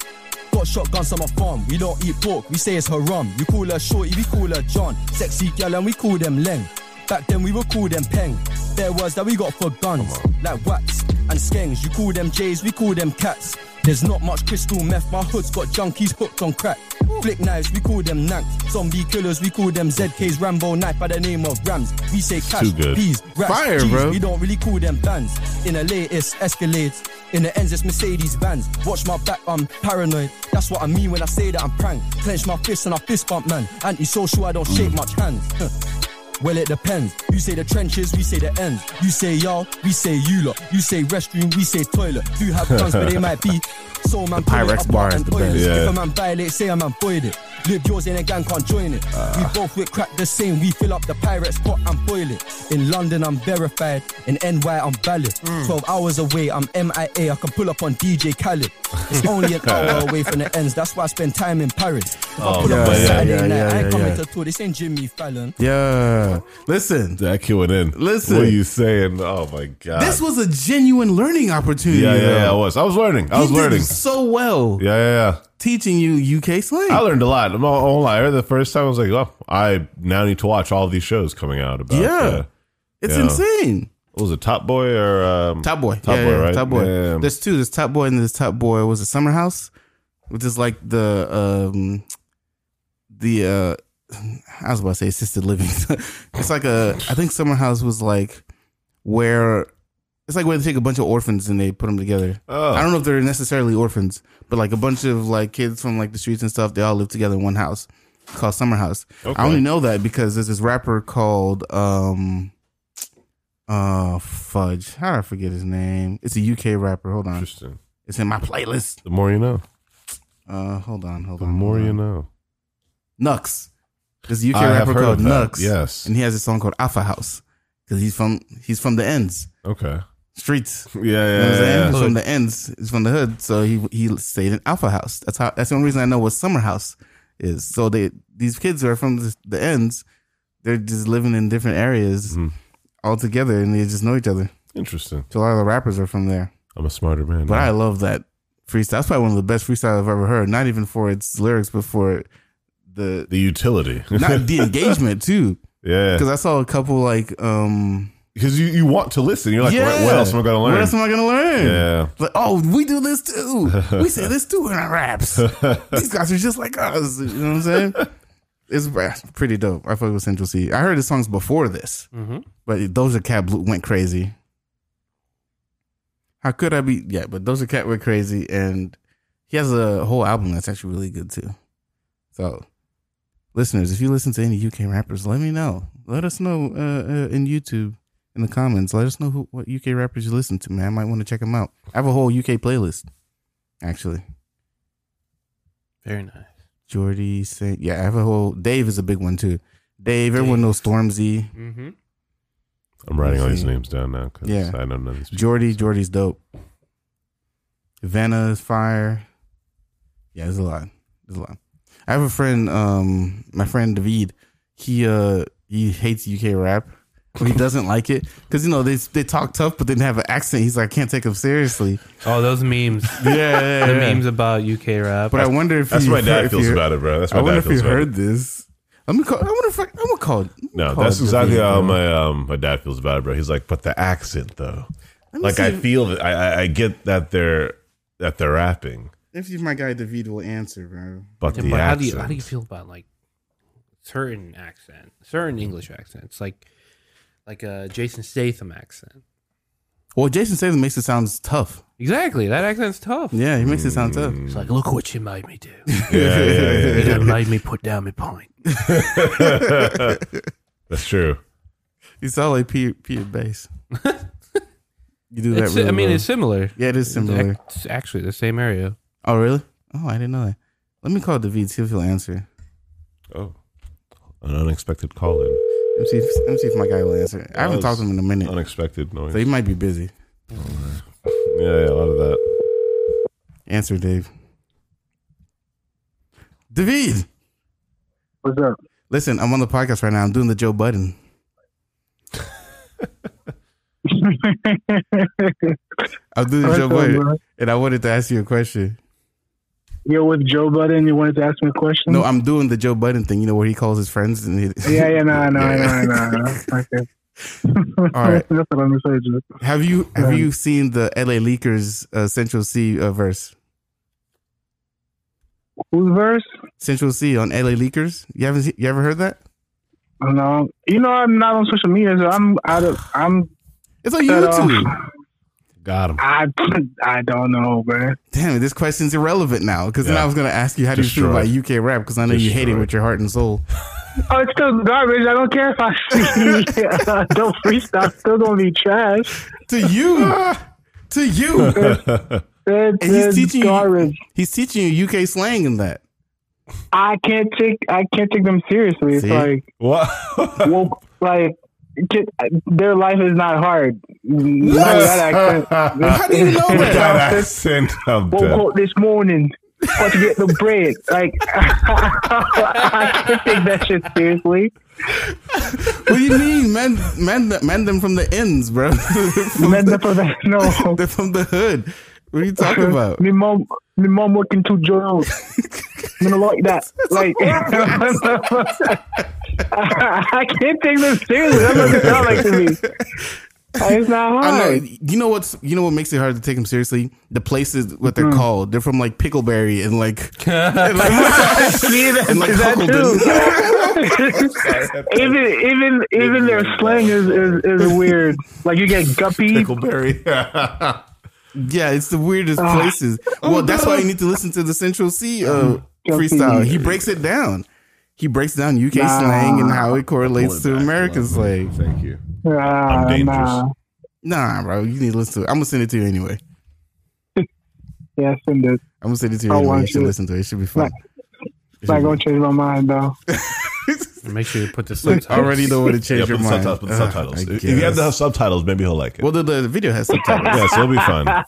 S4: Got shotguns on my farm, we don't eat pork, we say it's haram. You call her shorty, we call her John. Sexy gal and we call them Leng. Back then we would call them Peng. There words that we got for guns, like wax. and skengs. You call them J's, we call them cats. There's not much crystal meth, my hood's got junkies hooked on crack. Flick knives, we call them nanks. Zombie killers, we call them ZKs. Rambo knife by the name of Rams. We say cash,
S3: Too good.
S4: peas, rats,
S1: Fire,
S4: G's.
S1: bro.
S4: We don't really call them bands. In the latest Escalades, in the ends it's Mercedes vans. Watch my back, I'm paranoid. That's what I mean when I say that I'm prank. Clench my fist and I fist bump, man. Antisocial, I don't shake much hands. Huh. Well, it depends. You say the trenches, we say the ends. You say y'all, we say you lot. You say restroom, we say toilet. You have guns, but they might be. So man, pull it
S1: Pyrex
S4: up
S1: bar
S4: and
S1: is the
S4: oil it.
S1: best.
S3: Yeah.
S4: If a man violate, say a man void it. Live yours in a gang, can't join it.
S1: Ah.
S4: we both with crack the same. We fill up the pirates pot and boil it. In London, I'm verified. In NY, I'm valid. Twelve hours away, I'm MIA. I can pull up on DJ Khaled.
S1: (laughs)
S4: It's only an hour away from the ends. That's why I spend time in Paris. If I pull up on
S3: yeah, yeah,
S4: Saturday
S1: Oh, yeah,
S4: night, I
S1: yeah,
S4: ain't
S1: yeah,
S4: coming
S1: yeah.
S4: to tour. This ain't Jimmy Fallon.
S1: Yeah. Listen,
S3: That kid went in.
S1: Listen.
S3: What are you saying? Oh my God.
S1: this was a genuine learning opportunity.
S3: yeah, yeah,
S1: though.
S3: yeah, I was. I was learning. I
S1: He
S3: was
S1: did
S3: learning.
S1: so well
S3: Yeah, yeah, yeah.
S1: teaching you UK slang.
S3: I learned a lot. I'm not gonna lie. The first time I was like, oh, I now need to watch all of these shows coming out about.
S1: Yeah.
S3: uh,
S1: it's
S3: yeah.
S1: insane.
S3: what was it Top Boy or um,
S1: Top Boy.
S3: Top
S1: yeah,
S3: Boy,
S1: yeah,
S3: right?
S1: Top Boy.
S3: Yeah.
S1: There's two. There's Top Boy and there's Top Boy. Was it Summer House? Which is like the um the uh I was about to say assisted living. (laughs) it's like a I think Summer House was like where it's like where they take a bunch of orphans and they put them together.
S3: Oh.
S1: I don't know if they're necessarily orphans, but like a bunch of like kids from like the streets and stuff, they all live together in one house called Summer House.
S3: Okay.
S1: I only know that because there's this rapper called um uh fudge. How did I forget his name? It's a UK rapper. Hold on.
S3: Interesting.
S1: It's in my playlist.
S3: The more you know.
S1: Uh hold on, hold
S3: The
S1: on.
S3: more
S1: hold
S3: you
S1: on.
S3: know.
S1: Nux. There's a UK
S3: I have
S1: rapper
S3: heard
S1: called
S3: of that,
S1: Nux.
S3: yes.
S1: And he has a song called Alpha House. Because he's from he's from the ends. (laughs)
S3: Okay.
S1: Streets.
S3: Yeah,
S1: You know what I'm saying?
S3: yeah,
S1: He's
S3: yeah.
S1: from the ends. He's from the hood. So he he stayed in Alpha House. That's how. That's the only reason I know what Summer House is. So they these kids who are from the, the ends. They're just living in different areas
S3: Mm-hmm.
S1: all together, and they just know each other.
S3: Interesting.
S1: So a lot of the rappers are from there.
S3: I'm a smarter man.
S1: But I
S3: now.
S1: love that freestyle. That's probably one of the best freestyle I've ever heard. Not even for its lyrics, but for the
S3: the utility.
S1: (laughs) not the engagement too.
S3: (laughs) yeah.
S1: Because I saw a couple like um
S3: Because you, you want to listen. You're like,
S1: yeah.
S3: what else am I going to learn?
S1: What else am I gonna learn?
S3: yeah.
S1: Like, oh, we do this too. We say this too in our
S3: (laughs)
S1: raps. These guys are just like us. You know what I'm saying? It's uh, pretty dope. I fuck with Central C. I heard his songs before this,
S2: Mhm.
S1: but Doja Cat blew, went crazy. How could I be? Yeah, but Doja Cat went crazy, and he has a whole album that's actually really good too. So, listeners, if you listen to any UK rappers, let me know. Let us know uh, uh, in YouTube in the comments. Let us know who, what UK rappers you listen to, man. I might want to check them out. I have a whole UK playlist, actually.
S2: Very nice.
S1: Jordy Saint. Yeah, I have a whole. Dave is a big one too. Dave, everyone knows Stormzy.
S2: Mm-hmm.
S3: I'm writing all these
S1: See.
S3: names down now because
S1: Yeah.
S3: I don't know these people.
S1: Jordy, Jordy's dope. Vanna is fire. Yeah, there's a lot. There's a lot. I have a friend, um, my friend David. He uh he hates UK rap. He doesn't like it because you know they they talk tough, but then have an accent. He's like, I can't take them
S3: (laughs)
S1: seriously.
S2: Oh, those (laughs) memes.
S1: Yeah, yeah,
S2: the
S1: yeah.
S2: memes about UK rap.
S1: But I wonder if
S3: That's
S1: he,
S3: what my dad
S1: if
S3: feels
S1: he-
S3: about it, bro. That's
S1: I
S3: what my
S1: wonder
S3: dad
S1: if you
S3: feels about it.
S1: heard this. I'm gonna call. I wonder if I, I'm gonna call. let me
S3: No,
S1: call
S3: that's
S1: David,
S3: exactly how
S1: bro.
S3: my um my dad feels about it, bro. He's like, but the accent though,
S1: Let me
S3: like
S1: see
S3: I
S1: if-
S3: feel that I, I I get that they're that they're rapping,
S1: If you, my guy David will answer, bro.
S3: but
S2: Yeah,
S3: the
S2: but how
S3: accent.
S2: do you how do you feel about like certain accent, certain English accents, like like a Jason Statham accent?
S1: Well, Jason Statham makes it sound tough.
S2: Exactly, that accent's tough.
S1: Yeah, he makes it sound tough.
S2: It's like, look what you made me do.
S3: Yeah, yeah, yeah,
S2: You
S1: (laughs)
S3: yeah,
S2: done made me put down my pint.
S3: that's true.
S1: You sound like Peter, Peter
S2: (laughs)
S1: Bass. you do (laughs) that.
S2: It's,
S1: really
S2: I mean,
S1: well.
S2: it's similar.
S1: yeah, it is similar.
S2: It's actually the same area.
S1: Oh, really? Oh, I didn't know that. Let me call David see if he'll answer.
S3: Oh, an unexpected call in,
S1: Let me see. If, let me see if my guy will answer. I haven't
S3: was
S1: talked to him in a minute,
S3: unexpected noise.
S1: so he might be busy.
S3: Yeah, yeah, a lot of that.
S1: Answer, Dave. David,
S6: What's up?
S1: listen. I'm on the podcast right now. I'm doing the Joe
S6: (laughs)
S1: Budden. I'm doing the
S6: What's
S1: Joe
S6: up,
S1: Budden,
S6: bro?
S1: and I wanted to ask you a question.
S6: You're with Joe Budden. You wanted to ask me a question? (laughs)
S1: No, I'm doing the Joe Budden thing, you know, where he calls his friends and he,
S6: yeah, yeah, no, no,
S1: Yeah.
S6: no, no. Okay.
S1: (laughs) All right.
S6: That's what I'm gonna say, Joe.
S1: Have you have
S6: Um,
S1: you seen the LA Leakers uh, Central C uh, verse?
S6: Whose verse?
S1: Central C on LA Leakers. You haven't se- you ever heard that?
S6: No, you know I'm not on social media, so I'm out of I'm.
S1: It's on
S6: That, uh,
S1: YouTube.
S3: Got him.
S6: I (laughs) I don't know, bro.
S1: Damn it, this question's irrelevant now because then
S3: Yeah.
S1: I was gonna ask you how do you feel
S3: Destroy.
S1: about UK rap because I know you hate it
S3: Destroy.
S1: with your heart and
S3: (laughs)
S1: soul.
S6: Oh, it's still garbage. I don't care if I
S1: (laughs)
S6: see (laughs) Don't freestyle. It's Still gonna be trash.
S1: To you, to you.
S3: (laughs)
S6: It's,
S1: And he's
S6: it's
S1: teaching you-
S6: garbage.
S1: He's teaching you UK slang in that.
S6: I can't take I can't take them seriously. It's
S1: See?
S6: like
S3: what? (laughs)
S6: woke like get, their life is not hard. Not that accent.
S1: How do you know
S3: With
S1: that?
S3: that accent, I'm
S6: Woke
S3: dead.
S6: up this morning, got to get the bread. Like (laughs) I can't take that shit seriously.
S1: What do you mean, man? Man, man them from the ends, bro. (laughs) from,
S6: Man,
S1: the,
S6: for that (laughs) no.
S1: they're from the hood. What are you talking about?
S6: Me mom, me mom working two jobs. I'm gonna like that. Like, (laughs) I, I can't take this seriously. That's what it sounds like to me. Like, it's not hard.
S1: I know. You know what's you know what makes it hard to take them seriously? The places what
S6: Mm.
S1: they're called. They're from like Pickleberry and
S3: (laughs)
S1: like and like,
S6: (laughs) See, that,
S1: and like
S6: is that
S1: Huckleberry.
S6: true?
S3: (laughs)
S6: even even even their slang is, is, is weird. Like you get guppy.
S3: Pickleberry.
S1: Yeah, it's the weirdest
S6: Ah.
S1: places.
S6: Oh,
S1: well, that's why you need to listen to the Central C uh, freestyle. He breaks it down. He breaks down UK
S6: Nah.
S1: slang and how it correlates
S3: Pulling
S1: to
S3: back a
S1: American
S3: little bit.
S1: slang.
S3: Thank you.
S6: Nah,
S3: I'm dangerous.
S6: Ah, Nah.
S1: Nah, bro, you need to listen to it. I'm gonna send it to you anyway.
S6: Yeah, send it.
S1: I'm gonna send it to you
S6: I'll
S1: anyway. You
S6: watch
S1: should
S6: it.
S1: listen to it. It should be fun.
S6: It's not gonna change my mind though.
S2: Make sure you
S1: (laughs)
S2: put the
S1: Look,
S2: subtitles.
S6: (laughs)
S1: I already know where to change
S3: Yeah,
S1: your
S3: put the
S1: mind.
S3: subtitles. Put the
S1: Ugh,
S3: subtitles.
S1: I
S3: If you have
S1: guess.
S3: to have subtitles, maybe he'll like it.
S1: well, the, the video has subtitles.
S3: yeah, so it'll be fun.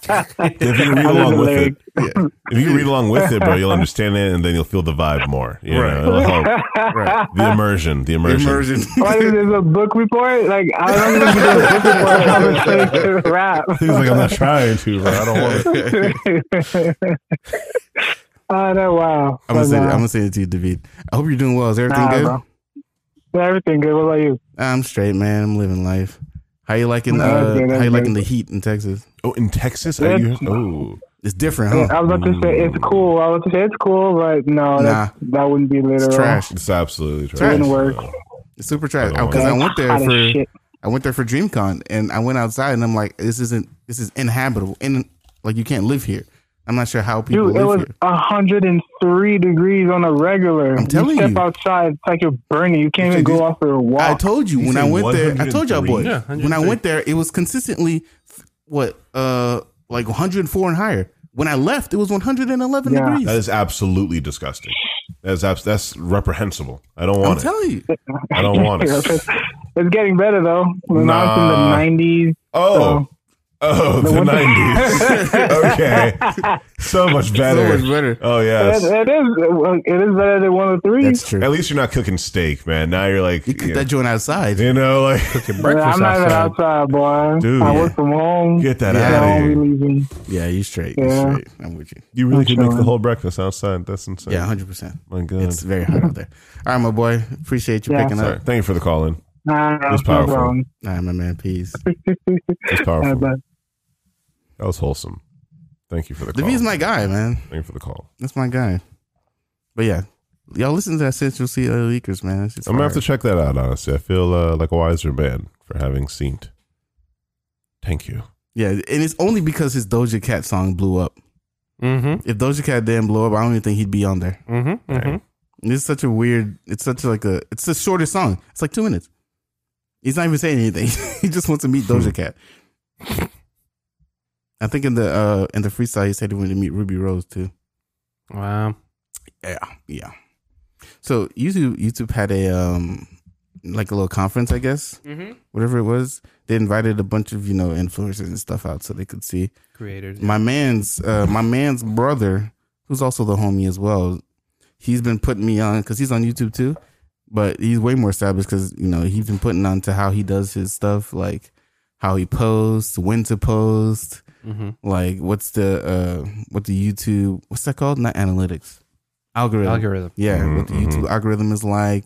S3: If you can read
S6: I love
S3: along
S6: the
S3: with
S6: lyric.
S3: it, if you can read along with it, bro, you'll understand it, and then you'll feel the vibe more. You
S1: Right.
S3: know, it'll help.
S1: right.
S3: The immersion, the (laughs) immersion.
S1: Immersion. (laughs)
S6: Why is this a book report? Like I don't even do a book report. I'm just trying to rap.
S3: He's like, I'm not trying to, bro. I don't want
S1: (laughs)
S3: to.
S6: (laughs) Oh no! Wow.
S1: I'm gonna send it. I'm gonna send it to you, David. I hope you're doing well. Is everything
S6: Nah,
S1: good?
S6: bro. Yeah, everything good. What about you?
S1: I'm straight, man. I'm living life. How you liking?
S6: Nah,
S1: Uh,
S6: that's good,
S1: how
S6: that's
S1: you liking
S6: good.
S1: the heat in Texas?
S3: Oh, in Texas? Are you, oh,
S1: It's different,
S6: Yeah,
S1: huh?
S6: I was about to say it's cool. I was about to say it's cool, but no, that that wouldn't be literal.
S1: It's trash.
S3: it's absolutely trash.
S1: Wouldn't
S6: work.
S1: It's super trash.
S3: I don't
S1: Because I,
S6: want
S1: went
S6: it.
S1: there
S6: Hot as
S1: for
S6: shit.
S1: I went there for DreamCon, and I went outside, and I'm like, this isn't this is inhabitable, and like you can't live here. I'm not sure how people
S6: Dude, it
S1: live
S6: was
S1: here.
S6: 103 degrees on a regular.
S1: I'm telling
S6: you. Step
S1: you.
S6: outside, it's like you're burning. You can't
S1: Dude,
S6: even
S1: these-
S6: go out for a walk.
S1: I told you
S3: You
S1: when I
S3: say
S1: went there. I told y'all,
S3: 103?
S1: boy.
S2: Yeah,
S1: when I
S2: 103.
S1: went there, it was consistently what uh like 104 and higher. When I left, it was 111
S6: Yeah.
S1: degrees.
S3: That is absolutely disgusting. That's abs- that's reprehensible. I don't
S1: I'm
S3: want it.
S1: telling you.
S3: I don't
S1: (laughs)
S3: want it.
S6: (laughs) it's getting better though. When
S3: Nah.
S6: I was in the 90s,
S3: Oh, oh, the
S1: (laughs)
S6: one-
S3: nineties. (laughs) okay, so much better.
S1: So much better.
S3: Oh
S6: it,
S3: yes.
S6: it is it is better than 103.
S1: That's true.
S3: At least you're not cooking steak, man. Now you're like,
S1: You
S3: you
S1: cooked
S3: know,
S1: that joint outside.
S3: you know, like (laughs)
S6: But
S2: breakfast
S6: I'm not even
S2: outside.
S6: outside, boy.
S3: Dude.
S6: I work from home.
S3: get that
S1: Yeah.
S6: so I
S3: out of
S6: don't
S3: here.
S6: be leaving.
S1: Yeah, you straight. You
S6: Yeah.
S1: straight. I'm with you.
S3: You really could make the
S6: chilling.
S3: whole breakfast outside. That's insane.
S1: Yeah, 100. percent
S3: My God.
S1: It's very hot out there. All right, my boy. Appreciate you
S6: Yeah.
S1: picking
S3: Sorry.
S1: up.
S3: Thank you for the call in.
S6: Nah, nah,
S3: It's
S6: no
S3: powerful.
S6: problem.
S1: All right, my man. Peace. (laughs)
S3: It's
S6: Nah,
S3: powerful.
S6: but-
S3: That was wholesome. Thank you for the call.
S1: David's my guy, man.
S3: Thank you for the call.
S1: That's my guy. But yeah, y'all listen to that Central C uh, Leakers, man. It's just
S3: I'm gonna have
S1: fire.
S3: to check that out. Honestly, I feel uh, like a wiser man for having seen it. Thank you.
S1: Yeah, and it's only because his Doja Cat song blew up.
S2: Mm-hmm.
S1: If Doja Cat didn't blow up, I don't even think he'd be on there.
S2: Mm-hmm. Mm-hmm.
S1: And it's such a weird. It's such like a. It's the shortest song. It's like two minutes. He's not even saying anything. (laughs) he just wants to meet Doja Cat. I think in the uh in the freestyle he said he wanted to meet Ruby Rose too.
S2: Wow.
S1: Yeah, yeah. So YouTube YouTube had a um like a little conference, I guess,
S2: Mm-hmm.
S1: whatever it was. They invited a bunch of you know influencers and stuff out so they could see
S2: Creators.
S1: my man's uh, my man's brother, who's also the homie as well. He's been putting me on because he's on YouTube too, but he's way more established because you know he's been putting on to how he does his stuff, like how he posts, when to post,
S2: mm-hmm.
S1: like what's the uh, what the YouTube what's that called? Not analytics, algorithm.
S2: Algorithm.
S1: Yeah, what the
S3: Mhm,
S1: YouTube algorithm is like,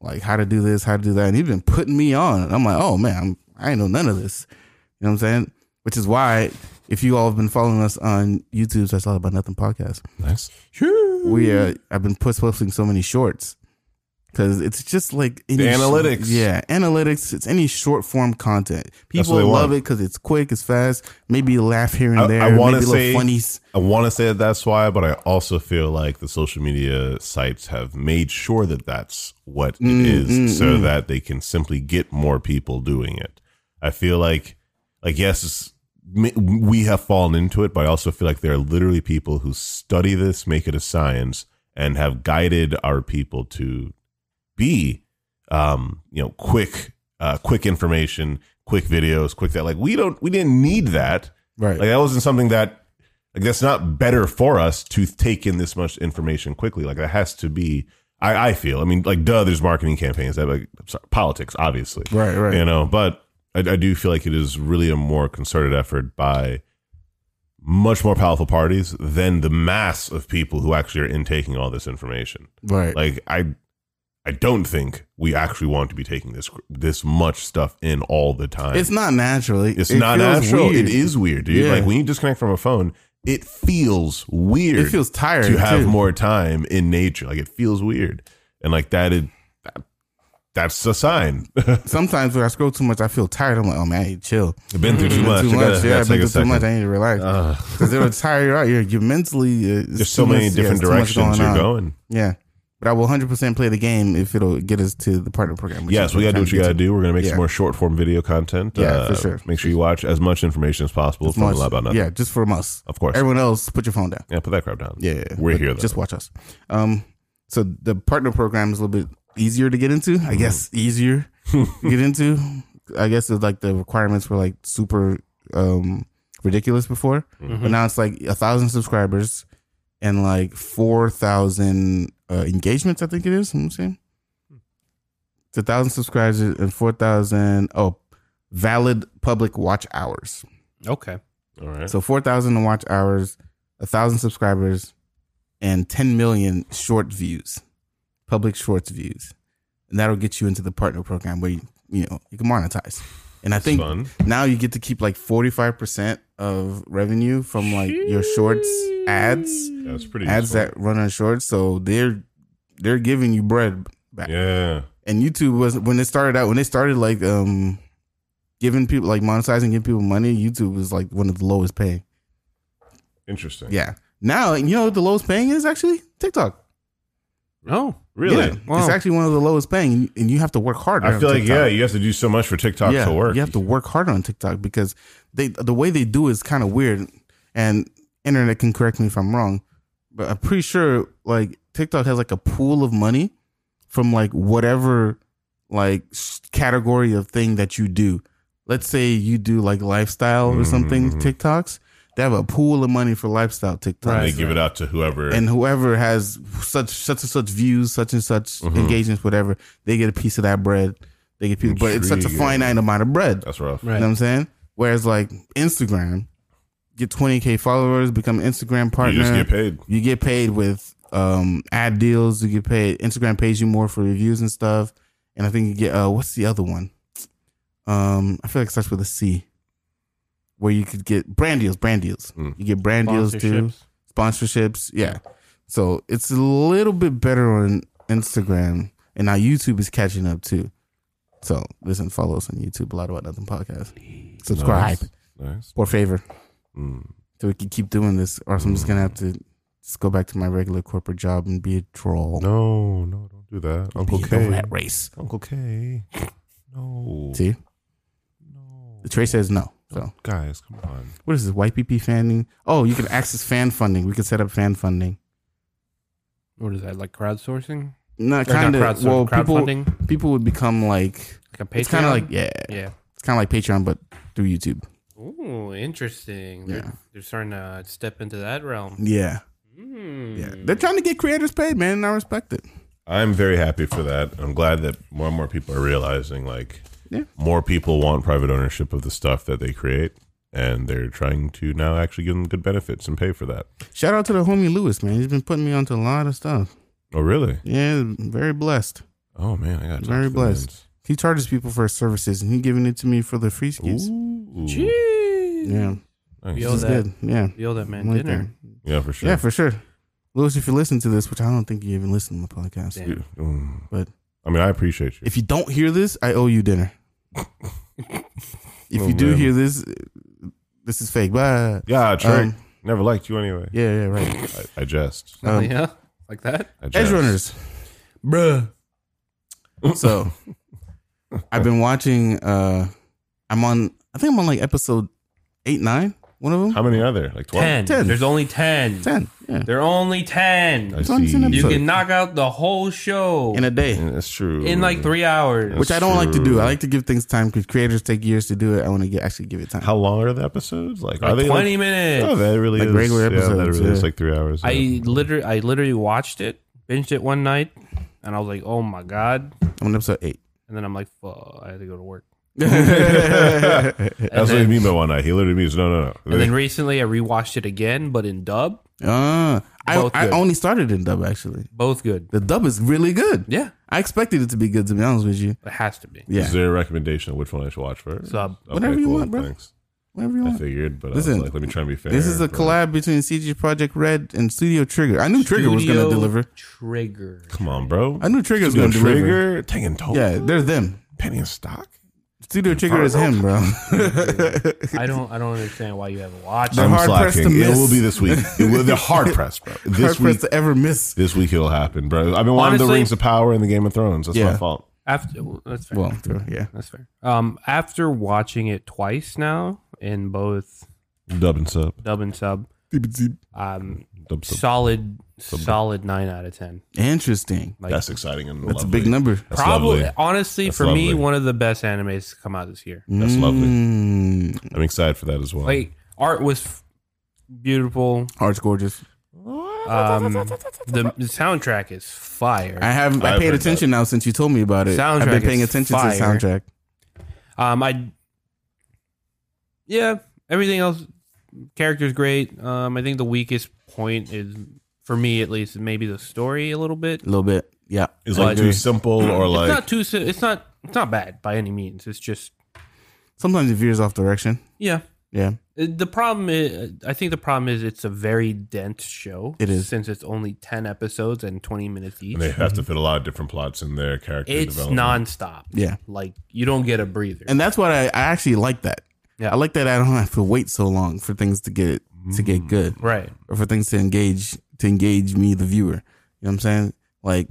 S1: like how to do this, how to do that, and he's been putting me on. And I'm like, oh man, I'm, I ain't know none of this. You know what I'm saying? Which is why if you all have been following us on YouTube, that's all about nothing podcast.
S3: Nice.
S1: We uh, I've been post- posting so many shorts because it's just like any
S3: The analytics.
S1: short- yeah, analytics. It's any short form content.
S3: That's
S1: People
S3: what they
S1: love
S3: want.
S1: it because it's quick, it's fast. Maybe a laugh here and
S3: I-
S1: there.
S3: I wanna
S1: maybe a
S3: say-
S1: little funnies.
S3: I want to say that that's why, but I also feel like the social media sites have made sure that that's what
S1: Mm,
S3: it is,
S1: mm,
S3: so
S1: mm.
S3: that they can simply get more people doing it. I feel like, like yes, it's- m- we have fallen into it, but I also feel like there are literally people who study this, make it a science, and have guided our people to be um you know quick uh quick information quick videos quick that like we don't we didn't need that
S1: Right.
S3: like that wasn't something that like that's not better for us to take in this much information quickly like that has to be i i feel i mean like duh there's marketing campaigns that like I'm sorry, politics obviously
S1: right. Right.
S3: you know but I, I do feel like it is really a more concerted effort by much more powerful parties than the mass of people who actually are intaking all this information
S1: right.
S3: like i i don't think we actually want to be taking this this much stuff in all the time
S1: it's not naturally.
S3: it's not natural it is weird dude
S1: Yeah.
S3: like when you disconnect from a phone it feels weird
S1: It feels tired
S3: to have
S1: too.
S3: more time in nature like it feels weird and like that is that- that's a sign (laughs) i've
S1: Sometimes when I scroll too much, I feel tired. I'm like, oh man, I need to chill.
S3: been through too
S1: Been
S3: much,
S1: Too
S3: I gotta-
S1: much. yeah,
S3: gotta
S1: I've been
S3: take a
S1: through too much.
S3: second.
S1: I need to relax.
S3: Ugh.
S1: because it'll tire you out. You're, you're mentally. Uh, it's
S3: there's so
S1: too
S3: many
S1: much- yeah,
S3: different
S1: it's too much
S3: directions
S1: going
S3: you're
S1: on.
S3: going
S1: Yeah, but I will 100 percent play the game if it'll get us to the partner program. which
S3: Yes,
S1: is
S3: we gotta do
S1: I'm
S3: what you
S1: trying
S3: gotta
S1: to get
S3: do. We're gonna make
S1: Yeah.
S3: some more short form video content. Uh,
S1: Yeah, for sure.
S3: Make sure you watch as much information as possible
S1: to.
S3: from
S1: Much-
S3: Love About Nothing.
S1: Yeah, just for us.
S3: Of course.
S1: Everyone else, put your phone down.
S3: Yeah, put that crap down.
S1: Yeah,
S3: We're
S1: but
S3: here, though.
S1: Just watch us. Um, so the partner program is a little bit easier to get into.
S3: Mm-hmm.
S1: I guess easier to get
S3: (laughs)
S1: into. I guess it's like the requirements were like super um ridiculous before,
S3: Mm-hmm.
S1: but now it's like a thousand subscribers and like four thousand uh, engagements. I think it is. I'm saying it's a thousand subscribers and four thousand oh valid public watch hours.
S2: Okay.
S3: All right.
S1: So 4,000 watch hours, 1,000 subscribers, and 10 million short views, public shorts views. And that'll get you into the partner program where you, you know, you can monetize. And I think
S3: fun.
S1: now you get to keep like 45% of revenue from like your shorts ads,
S3: That's pretty
S1: ads
S3: useful.
S1: that run on shorts. So they're, they're giving you bread back
S3: Yeah.
S1: and YouTube was when it started out when they started like um giving people like monetizing giving people money YouTube was like one of the lowest paying
S3: Interesting.
S1: yeah now you know what the lowest paying is actually TikTok
S2: No.
S3: Really?
S1: yeah,
S2: Wow.
S1: it's actually one of the lowest paying and- and you have to work harder
S3: I
S1: on
S3: feel like
S1: TikTok.
S3: yeah, you have to do so much for TikTok
S1: yeah
S3: to work.
S1: you have to work harder on TikTok because they the way they do is kind of weird and internet can correct me if I'm wrong but I'm pretty sure like TikTok has like a pool of money from like whatever like s- category of thing that you do. Let's say you do like lifestyle or something
S3: Mm-hmm.
S1: TikToks. They have a pool of money for lifestyle TikToks.
S3: and they give it out to whoever.
S1: And whoever has such such and such views, such and such
S3: Mm-hmm.
S1: engagements, whatever, they get a piece of that bread. They get people, but it's such a
S3: Intriguing.
S1: finite amount of bread.
S3: that's rough.
S2: Right.
S1: You know what I'm saying? Whereas like Instagram, get 20k followers, become an Instagram partner
S3: You just get paid.
S1: you get paid with um ad deals you get paid instagram pays you more for reviews and stuff and i think you get uh what's the other one um i feel like it starts with a c where you could get brand deals brand deals
S3: Mm.
S1: you get brand deals too
S2: Sponsorships.
S1: sponsorships yeah so it's a little bit better on instagram and now youtube is catching up too so listen follow us on youtube a lot about nothing podcast subscribe
S3: Nice.
S1: or favor
S3: Mm.
S1: so we can keep doing this, or else I'm just gonna have to just go back to my regular corporate job and be a troll.
S3: No, no, don't do that,
S1: be
S3: Uncle
S1: the
S3: K.
S1: rat race.
S3: Uncle K. No.
S1: See,
S3: No.
S1: Trey says no. So
S3: Guys, come on.
S1: what is this YPP fanning? Oh, you can access fan funding. We can set up fan funding.
S2: What is that? Like crowdsourcing?
S1: No,
S2: Or
S1: kind
S2: not
S1: of.
S2: crowdsourcing,
S1: Well, people
S2: crowdfunding.
S1: people would become like
S2: like a Patreon.
S1: it's kind of like yeah,
S2: yeah.
S1: it's kind of like Patreon but through YouTube.
S2: Ooh, interesting. They're,
S1: Yeah.
S2: they're starting to step into that realm.
S1: Yeah,
S2: Mm.
S1: yeah. They're trying to get creators paid, man. And I respect it.
S3: I'm very happy for that. I'm glad that more and more people are realizing like
S1: Yeah.
S3: more people want private ownership of the stuff that they create, and they're trying to now actually give them good benefits and pay for that.
S1: Shout out to the homie Lewis, man. He's been putting me onto a lot of stuff.
S3: Oh, really?
S1: Yeah, very blessed.
S3: Oh man, I got to talk
S1: Very
S3: to the
S1: blessed.
S3: man's.
S1: He charges people for his services, and he giving it to me for the free skis.
S3: Ooh,
S2: Jeez.
S1: Yeah,
S3: nice.
S2: Yo,
S1: this is
S2: that-
S1: good. Yeah,
S2: Yo, that man
S1: Like
S2: dinner.
S3: yeah, for sure.
S1: yeah, for sure. Louis, if you listen to this, which I don't think you even listen to my podcast,
S2: Damn.
S3: You- mm.
S1: But-
S3: I mean, I appreciate you.
S1: if you don't hear this, I owe you dinner. if
S3: (laughs) Oh,
S1: you do
S3: man.
S1: hear this, this is fake. Bye.
S3: yeah, Trey,
S1: Um,
S3: never liked you anyway.
S1: yeah, yeah, right.
S3: I, I jest.
S2: (laughs) Oh,
S1: Um,
S2: yeah, like that.
S3: I
S1: Edge
S3: jest.
S1: runners, bruh.
S3: (laughs)
S1: So, I've been watching. uh I'm on. I think I'm on like episode eight, nine. One of them.
S3: How many are there? Like twelve.
S2: Ten.
S1: Ten.
S2: There's only ten.
S1: Ten. Yeah.
S2: There are only ten.
S3: I
S1: It's on Cinema
S3: see.
S2: You
S1: So-
S2: can knock out the whole show
S1: In a day.
S3: Yeah, That's true.
S2: in like three hours.
S1: which I don't like to
S3: true.
S1: do. I like to give things time because creators take years to do it. I want to get, actually give it time.
S3: How long are the episodes? Like, are
S2: Like
S3: they
S2: twenty
S3: Like,
S2: minutes.
S3: oh, that really
S1: Like
S3: is.
S1: regular
S3: yeah, that
S1: episodes,
S3: really is
S1: yeah.
S3: like three hours. yeah.
S2: I literally, I literally watched it, binged it one night, and I was like, "Oh my god!"
S1: I'm on episode
S2: (laughs)
S1: eight. (laughs) Uh,
S2: And then I'm like, "Fuck, I had to go to work."
S3: That's what
S2: then-
S3: he mean by one night. He literally means no, no, no.
S2: And then recently, I rewatched it again, but in dub.
S1: Uh, I,
S2: Both
S1: I
S2: good.
S1: only started in dub actually.
S2: Both good.
S1: The dub is really good.
S2: Yeah,
S1: I expected it to be good to be honest with you.
S2: it has to be.
S1: Yeah,
S3: Is there a recommendation of which one I should watch first?
S2: Sub.
S3: Okay,
S1: Whatever you want, bro.
S3: Thanks.
S1: whatever you
S3: I
S1: want.
S3: figured, but I
S1: Listen,
S3: was like, let me try and be fair.
S1: This is a
S3: but-
S1: collab between CG Project Red and Studio Trigger. I knew Trigger was going
S2: Studio
S1: to deliver.
S2: Trigger.
S3: (laughs) Come on, bro.
S1: I knew Trigger was going
S3: Studio
S1: to deliver.
S3: Trigger, Tangan
S2: Oh.
S3: Toe,
S1: Yeah, they're them.
S3: Penny and Stock.
S1: Studio Trigger is him, bro.
S2: I don't. I don't understand why you haven't watched.
S1: The
S2: it.
S3: I'm
S1: hard press
S3: slacking.
S1: to
S3: It
S1: miss.
S3: will be
S1: (laughs)
S3: this week. It will, they're hard pressed, bro. This
S1: (laughs) Hard pressed
S3: week,
S1: to ever miss.
S3: this week it'll happen, bro. I've been wanting the
S2: Honestly-
S3: Rings of Power and the Game of Thrones. That's my
S1: Yeah.
S3: fault.
S2: After well, that's fair.
S1: Well, through, yeah.
S2: that's fair. Um, after watching it twice now in both
S3: Dub and sub.
S2: dub and sub, um,
S3: Dub sub.
S2: solid, solid nine out of ten.
S1: Interesting.
S2: Like
S3: That's exciting and
S1: That's a
S3: lovely.
S1: big number.
S3: That's
S2: probably
S3: lovely.
S2: honestly
S3: That's
S2: for me
S3: lovely.
S2: one of the best animes to come out this year.
S3: That's lovely.
S1: Mm.
S3: I'm excited for that as well.
S2: Like art was f- beautiful.
S1: Art's gorgeous.
S2: Um, the, the soundtrack is fire.
S1: I have I
S3: I've
S1: paid
S3: heard
S1: attention now since you told me about it. I've
S2: Soundtrack
S1: been paying
S2: is
S1: attention to the
S2: fire.
S1: soundtrack.
S2: Um, I yeah, everything else, characters great. Um, I think the weakest point is for me at least maybe the story a little bit.
S1: A little bit. Yeah.
S3: Is like too simple or
S2: it's
S3: like
S2: not too. si- It's not. It's not bad by any means. It's just
S1: Sometimes it veers off direction.
S2: yeah.
S1: Yeah.
S2: Uh, The problem is, I think the problem is it's a very dense show.
S1: It is.
S2: since it's only ten episodes and twenty minutes each.
S3: and they have to fit a lot of different plots in their character
S2: It's
S3: development.
S2: nonstop.
S1: Yeah.
S2: like you don't get a breather.
S1: And that's what I, I actually like that.
S2: Yeah.
S1: I like that I don't have to wait so long for things to get to
S3: Mm.
S1: get good.
S2: right,
S1: Or for things to engage to engage me, the viewer. You know what I'm saying? Like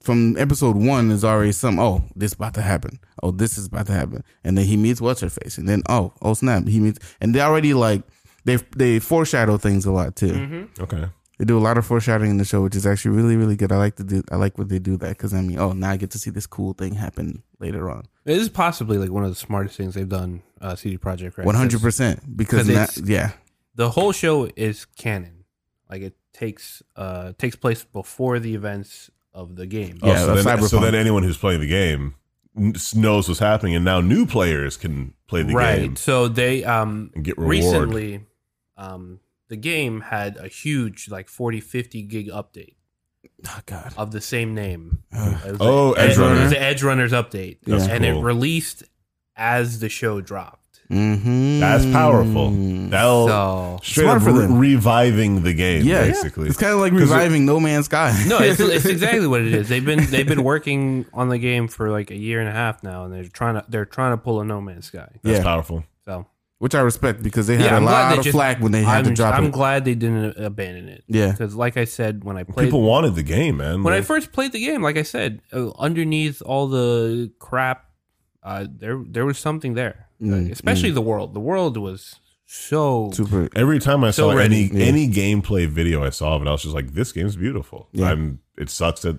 S1: from episode one is already some oh, this about to happen. Oh, this is about to happen. And then he meets what's her face. And then oh, oh snap. He meets and they already like they they foreshadow things a lot
S2: Mm.
S1: too.
S2: Mm-hmm.
S3: Okay.
S1: They do a lot of foreshadowing in the show, which is actually really, really good. I like to do. I like when they do that because I mean, oh, now I get to see this cool thing happen later on.
S2: this is possibly like one of the smartest things they've done. Uh, CD Project Red.
S1: One hundred percent. Because
S2: 'Cause
S1: now,
S2: it's-
S1: yeah,
S2: the whole show is canon. Like it takes uh takes place before the events of the game.
S1: Yeah,
S3: oh, so,
S1: that's
S3: then, so
S1: Cyberpunk.
S3: then anyone who's playing the game n- knows what's happening, and now new players can play the
S2: right.
S3: game
S2: So they um
S3: and get reward.
S2: recently um the game had a huge like 40 50 gig update
S1: oh god,
S2: of the same name.
S1: Ugh.
S2: It was
S3: (sighs) Oh,
S2: like,
S1: Edge Runner.
S2: It was the Edge Runners update.
S1: That's
S2: and
S3: cool.
S2: it released as the show dropped.
S1: mm-hmm.
S3: That's powerful.
S1: Mm,
S3: That'll
S2: So
S3: straight
S1: Smart
S3: up
S1: for
S3: re-
S1: them.
S3: reviving the game,
S1: Yeah, yeah.
S3: basically.
S1: it's kind of like reviving No Man's Sky.
S2: no,
S1: (laughs)
S2: it's, it's exactly what it is. They've been they've been working on the game for like a year and a half now, and they're trying to they're trying to pull a No Man's Sky.
S3: That's
S1: Yeah.
S3: powerful.
S2: So
S1: which I respect because they had a
S2: I'm glad
S1: lot
S2: they
S1: of
S2: just-
S1: flack when they had
S2: I'm,
S1: to drop
S2: I'm
S1: it.
S2: glad they didn't abandon it.
S1: Yeah.
S2: because like I said, when I played
S3: People wanted the game, man.
S2: when I
S3: Like,
S2: first played the game, like I said, uh, underneath all the crap, uh, there there was something there.
S1: Mm,
S2: Like, especially the world. The world was so
S1: Super.
S3: every time I
S2: So
S3: saw any
S2: ready.
S1: Yeah.
S3: any gameplay video I saw of it, I was just like, "This game's beautiful."
S1: Yeah.
S3: I'm. It sucks that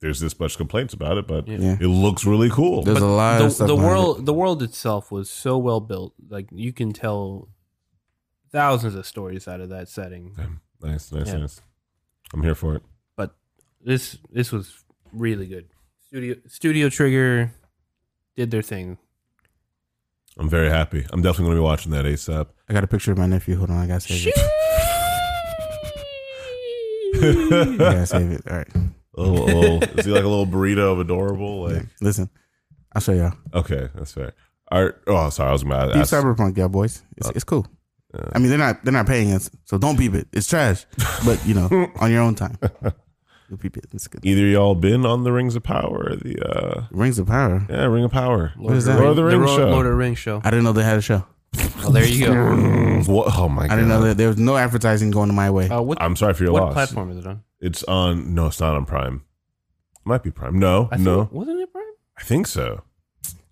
S3: there's this much complaints about it, but
S2: Yeah.
S1: Yeah.
S3: it looks really cool.
S1: There's a lot of
S2: the,
S1: stuff
S2: the
S1: behind
S2: world the world itself was so well built. Like you can tell thousands of stories out of that setting.
S3: nice, nice,
S2: Yeah.
S3: nice. I'm here for it.
S2: but this this was really good. Studio Studio Trigger did their thing.
S3: I'm very happy. I'm definitely going to be watching that ASAP.
S1: it. I got a picture of my nephew. Hold on, I gotta save it. I gotta save it. All right.
S3: (laughs) A little, a little- is he like a little burrito of adorable? (laughs) Like
S1: Listen, I'll show y'all.
S3: okay, that's fair. Art. Oh, sorry, I was mad.
S1: Deep Cyberpunk, y'all boys. It's, it's cool.
S3: uh, Yeah.
S1: I mean, they're not they're not paying us, so don't peep it. It's
S3: (laughs)
S1: trash, but you know, on your own time, you'll peep it. It's good.
S3: Either y'all been on the Rings of Power or the uh
S1: Rings of Power.
S3: yeah Ring of Power.
S2: Lord
S1: is
S2: of
S1: that?
S2: the
S3: Lord of the Rings
S2: Ro-
S3: show.
S2: Lord of the Rings show.
S1: I didn't know they had a show.
S2: Well, there you go.
S3: (laughs) Mm, what? Oh my god!
S1: I didn't know that there was no advertising going my way.
S2: Uh, what
S3: I'm sorry for your
S2: what
S3: loss.
S2: platform is it on?
S3: It's on. No, it's not on Prime. might be Prime. No,
S2: I think,
S3: no,
S2: wasn't it Prime?
S3: I think so.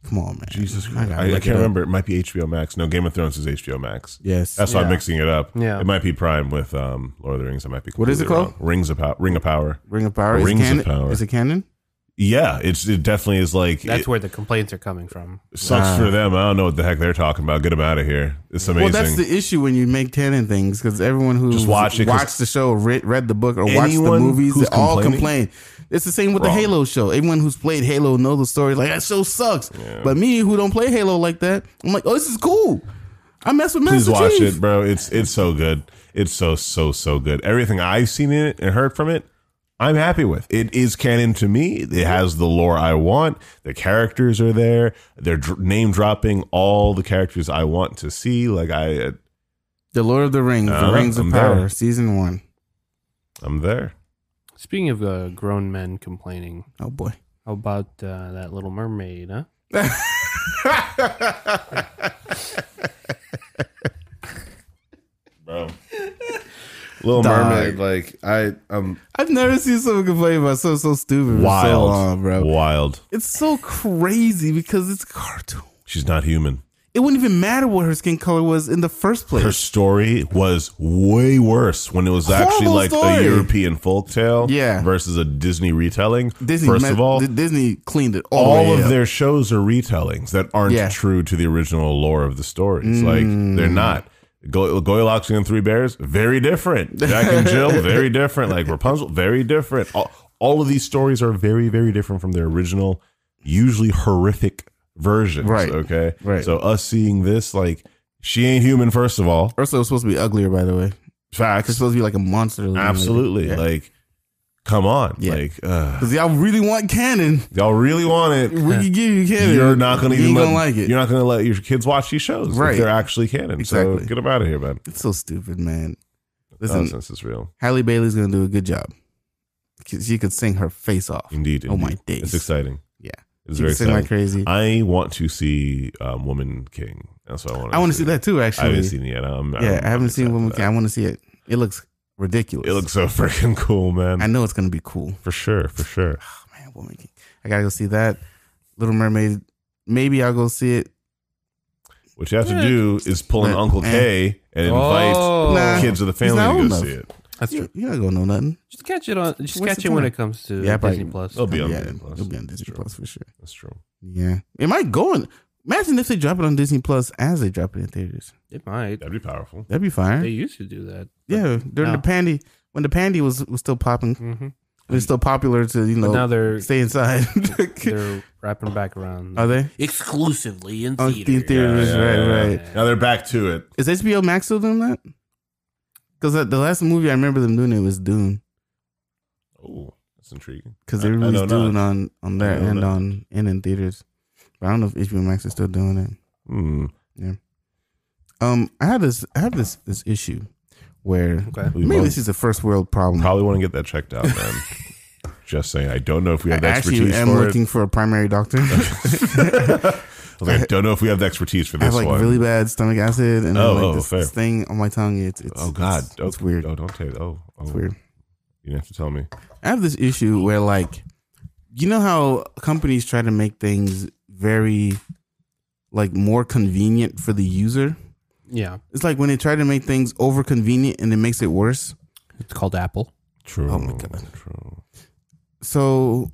S1: Come on, man.
S3: Jesus Christ!
S1: gotta
S3: I, I
S1: look it
S3: can't
S1: up.
S3: remember. It might be HBO Max. No, Game of Thrones is HBO Max.
S1: Yes.
S3: That's why I'm
S2: Yeah.
S3: mixing it up.
S2: Yeah.
S3: It might be Prime with um Lord of the Rings. I might be.
S1: What is it
S3: completely
S1: called?
S3: wrong. Rings of Power. Ring of Power.
S1: Ring of Power.
S3: Rings
S1: is it
S3: of
S1: canon?
S3: Power.
S1: Is it canon?
S3: Yeah, it's it definitely is like
S2: That's
S3: it
S2: where the complaints are coming from.
S3: sucks
S1: Wow.
S3: for them. I don't know what the heck they're talking about. Get them out of here. It's amazing.
S1: Ah. Well, that's the issue when you make canon things because everyone who
S3: Just watch it, 'cause-
S1: watched the show, read, read the book, or watched the
S3: Anyone
S1: movies,
S3: who's
S1: they all
S3: complaining-
S1: complain. It's the same with
S3: Wrong.
S1: the Halo show. Everyone who's played Halo knows the story. Like that show sucks. But me, who don't play Halo like that, I'm like, oh, this is cool. I mess with
S3: Please
S1: Master
S3: watch
S1: Chief.
S3: it, bro. It's it's so good. It's so so so good. Everything I've seen in it and heard from it, I'm happy with. It is canon to me. It has the lore I want. The characters are there. They're dr- name dropping all the characters I want to see. Like I, uh,
S1: The Lord of the Rings,
S3: Uh,
S1: The Rings of
S3: I'm
S1: Power,
S3: there.
S1: season one.
S3: I'm there.
S2: Speaking of uh, grown men complaining,
S1: Oh boy.
S2: how about uh, that Little Mermaid? Huh?
S3: (laughs) bro. Little
S1: Dog.
S3: Mermaid, like I, I'm
S1: I've never seen someone complain about so so stupid for so
S3: wild,
S1: long, bro.
S3: wild.
S1: It's so crazy because it's a cartoon.
S3: She's not human.
S1: It wouldn't even matter what her skin color was in the first place.
S3: Her story was way worse when it was actually
S1: Horrible
S3: like a
S1: story.
S3: European folktale,
S1: Yeah.
S3: versus a Disney retelling.
S1: Disney,
S3: First
S1: me-
S3: of all,
S1: Di- Disney cleaned it all,
S3: all
S1: the way
S3: of
S1: up.
S3: their shows are retellings that aren't
S1: Yeah. Mm.
S3: true to the original lore of the stories. Like they're not. Go- Goldilocks and the Three Bears, very different. Jack and
S1: (laughs)
S3: Jill, very different. Like Rapunzel, very different. All, all of these stories are very, very different from their original, usually horrific versions.
S1: Right.
S3: Okay.
S1: Right.
S3: So us seeing this, like she ain't human. First of all,
S1: Ursula was supposed to be uglier, by the way. It's
S3: facts.
S1: supposed to be like a monster.
S3: Absolutely. Like, come on.
S1: Yeah.
S3: Like, uh,
S1: because y'all really want (laughs) canon.
S3: y'all really want it.
S1: We can give you canon.
S3: You're not gonna
S1: You
S3: even
S1: ain't gonna
S3: let-
S1: like it.
S3: You're not gonna let your kids watch these shows if
S1: Right.
S3: they're actually canon. So
S1: Exactly.
S3: get them out of here, man.
S1: it's so stupid, man. Listen,
S3: Nonsense is real.
S1: Halle Bailey's gonna do a good job. 'Cause She could sing her face off.
S3: Indeed.
S1: Oh my
S3: indeed.
S1: days.
S3: It's exciting.
S1: Yeah.
S3: It's
S1: she
S3: very
S1: could sing
S3: exciting.
S1: like crazy. I,
S3: I want to see um, Woman King. That's what I want.
S1: want to see that too.
S3: I
S1: Actually,
S3: haven't seen it yet. I'm,
S1: yeah,
S3: I'm
S1: I haven't
S3: excited
S1: seen Woman
S3: for
S1: King. I want to see it. It looks ridiculous.
S3: that. It looks so (laughs) freaking cool, man.
S1: I know it's gonna be cool. Oh,
S3: for sure. For sure.
S1: man, Woman King. I gotta go see that. Little Mermaid. Maybe I'll go see it.
S3: What you have to do is pull an
S1: But-
S3: Uncle
S1: eh.
S3: K and invite
S2: Oh.
S1: Nah.
S3: kids of the
S1: He's not
S3: family to
S1: old
S3: go
S1: enough.
S3: see it.
S2: That's true.
S1: You, you ain't gonna know nothing.
S2: Just catch it on. Just
S1: What's
S2: catch
S1: the
S2: it when
S1: point?
S2: it comes to
S1: Yeah, but-
S2: Disney Plus.
S3: It'll be on
S1: yeah,
S3: Disney Plus.
S1: it'll be on Disney
S3: Sure.
S1: Plus for sure.
S3: That's true.
S1: Yeah. It might go in. Imagine if they drop it on Disney Plus as they drop it in theaters.
S2: It might.
S3: That'd be powerful.
S1: That'd be
S2: They
S1: fine.
S2: used to do that.
S1: Yeah, during
S2: No.
S1: the pandy when the pandy was, was still popping,
S2: hmm
S1: it was still popular to you
S2: But
S1: know (laughs)
S2: now they're
S1: stay inside.
S2: (laughs) they're wrapping back
S1: (laughs)
S2: around.
S1: Are they
S2: exclusively in
S1: on
S2: theaters.
S1: in theaters?
S3: Yeah,
S1: right,
S3: yeah, yeah.
S1: right.
S3: Now they're back to it.
S1: Is HBO Max still doing that? Because the last movie I remember them doing it was Dune.
S3: Oh, that's intriguing.
S1: Because
S3: I- I
S1: they
S3: know
S1: released Dune
S3: not.
S1: on on there
S3: I know
S1: and
S3: not.
S1: on and in theaters. But I don't know if HBO Max is still doing it.
S3: Hmm.
S1: Um, I had this I have this this issue where
S2: Okay.
S3: We
S1: maybe
S3: both
S1: this is a first world problem.
S3: probably want to get that checked
S1: (laughs)
S3: out, man. Just saying, I don't know if we
S1: I
S3: have the
S1: actually
S3: expertise
S1: am
S3: for
S1: looking for a primary doctor. (laughs) I
S3: it. I, was like, I don't know if we have the expertise for this
S1: have like
S3: one.
S1: really bad stomach acid and I
S3: Oh,
S1: have, like
S3: oh,
S1: this,
S3: fair.
S1: this thing on my tongue. It's, it's
S3: oh God,
S1: it's,
S3: oh,
S1: it's weird.
S3: Oh, don't take. Oh, oh,
S1: It's weird.
S3: you didn't have to tell me.
S1: I have this issue where like you know how companies try to make things very like more convenient for the user.
S2: Yeah,
S1: It's like when they try to make things over convenient and it makes it worse.
S2: it's called Apple.
S3: True.
S1: Oh my God.
S3: True.
S1: So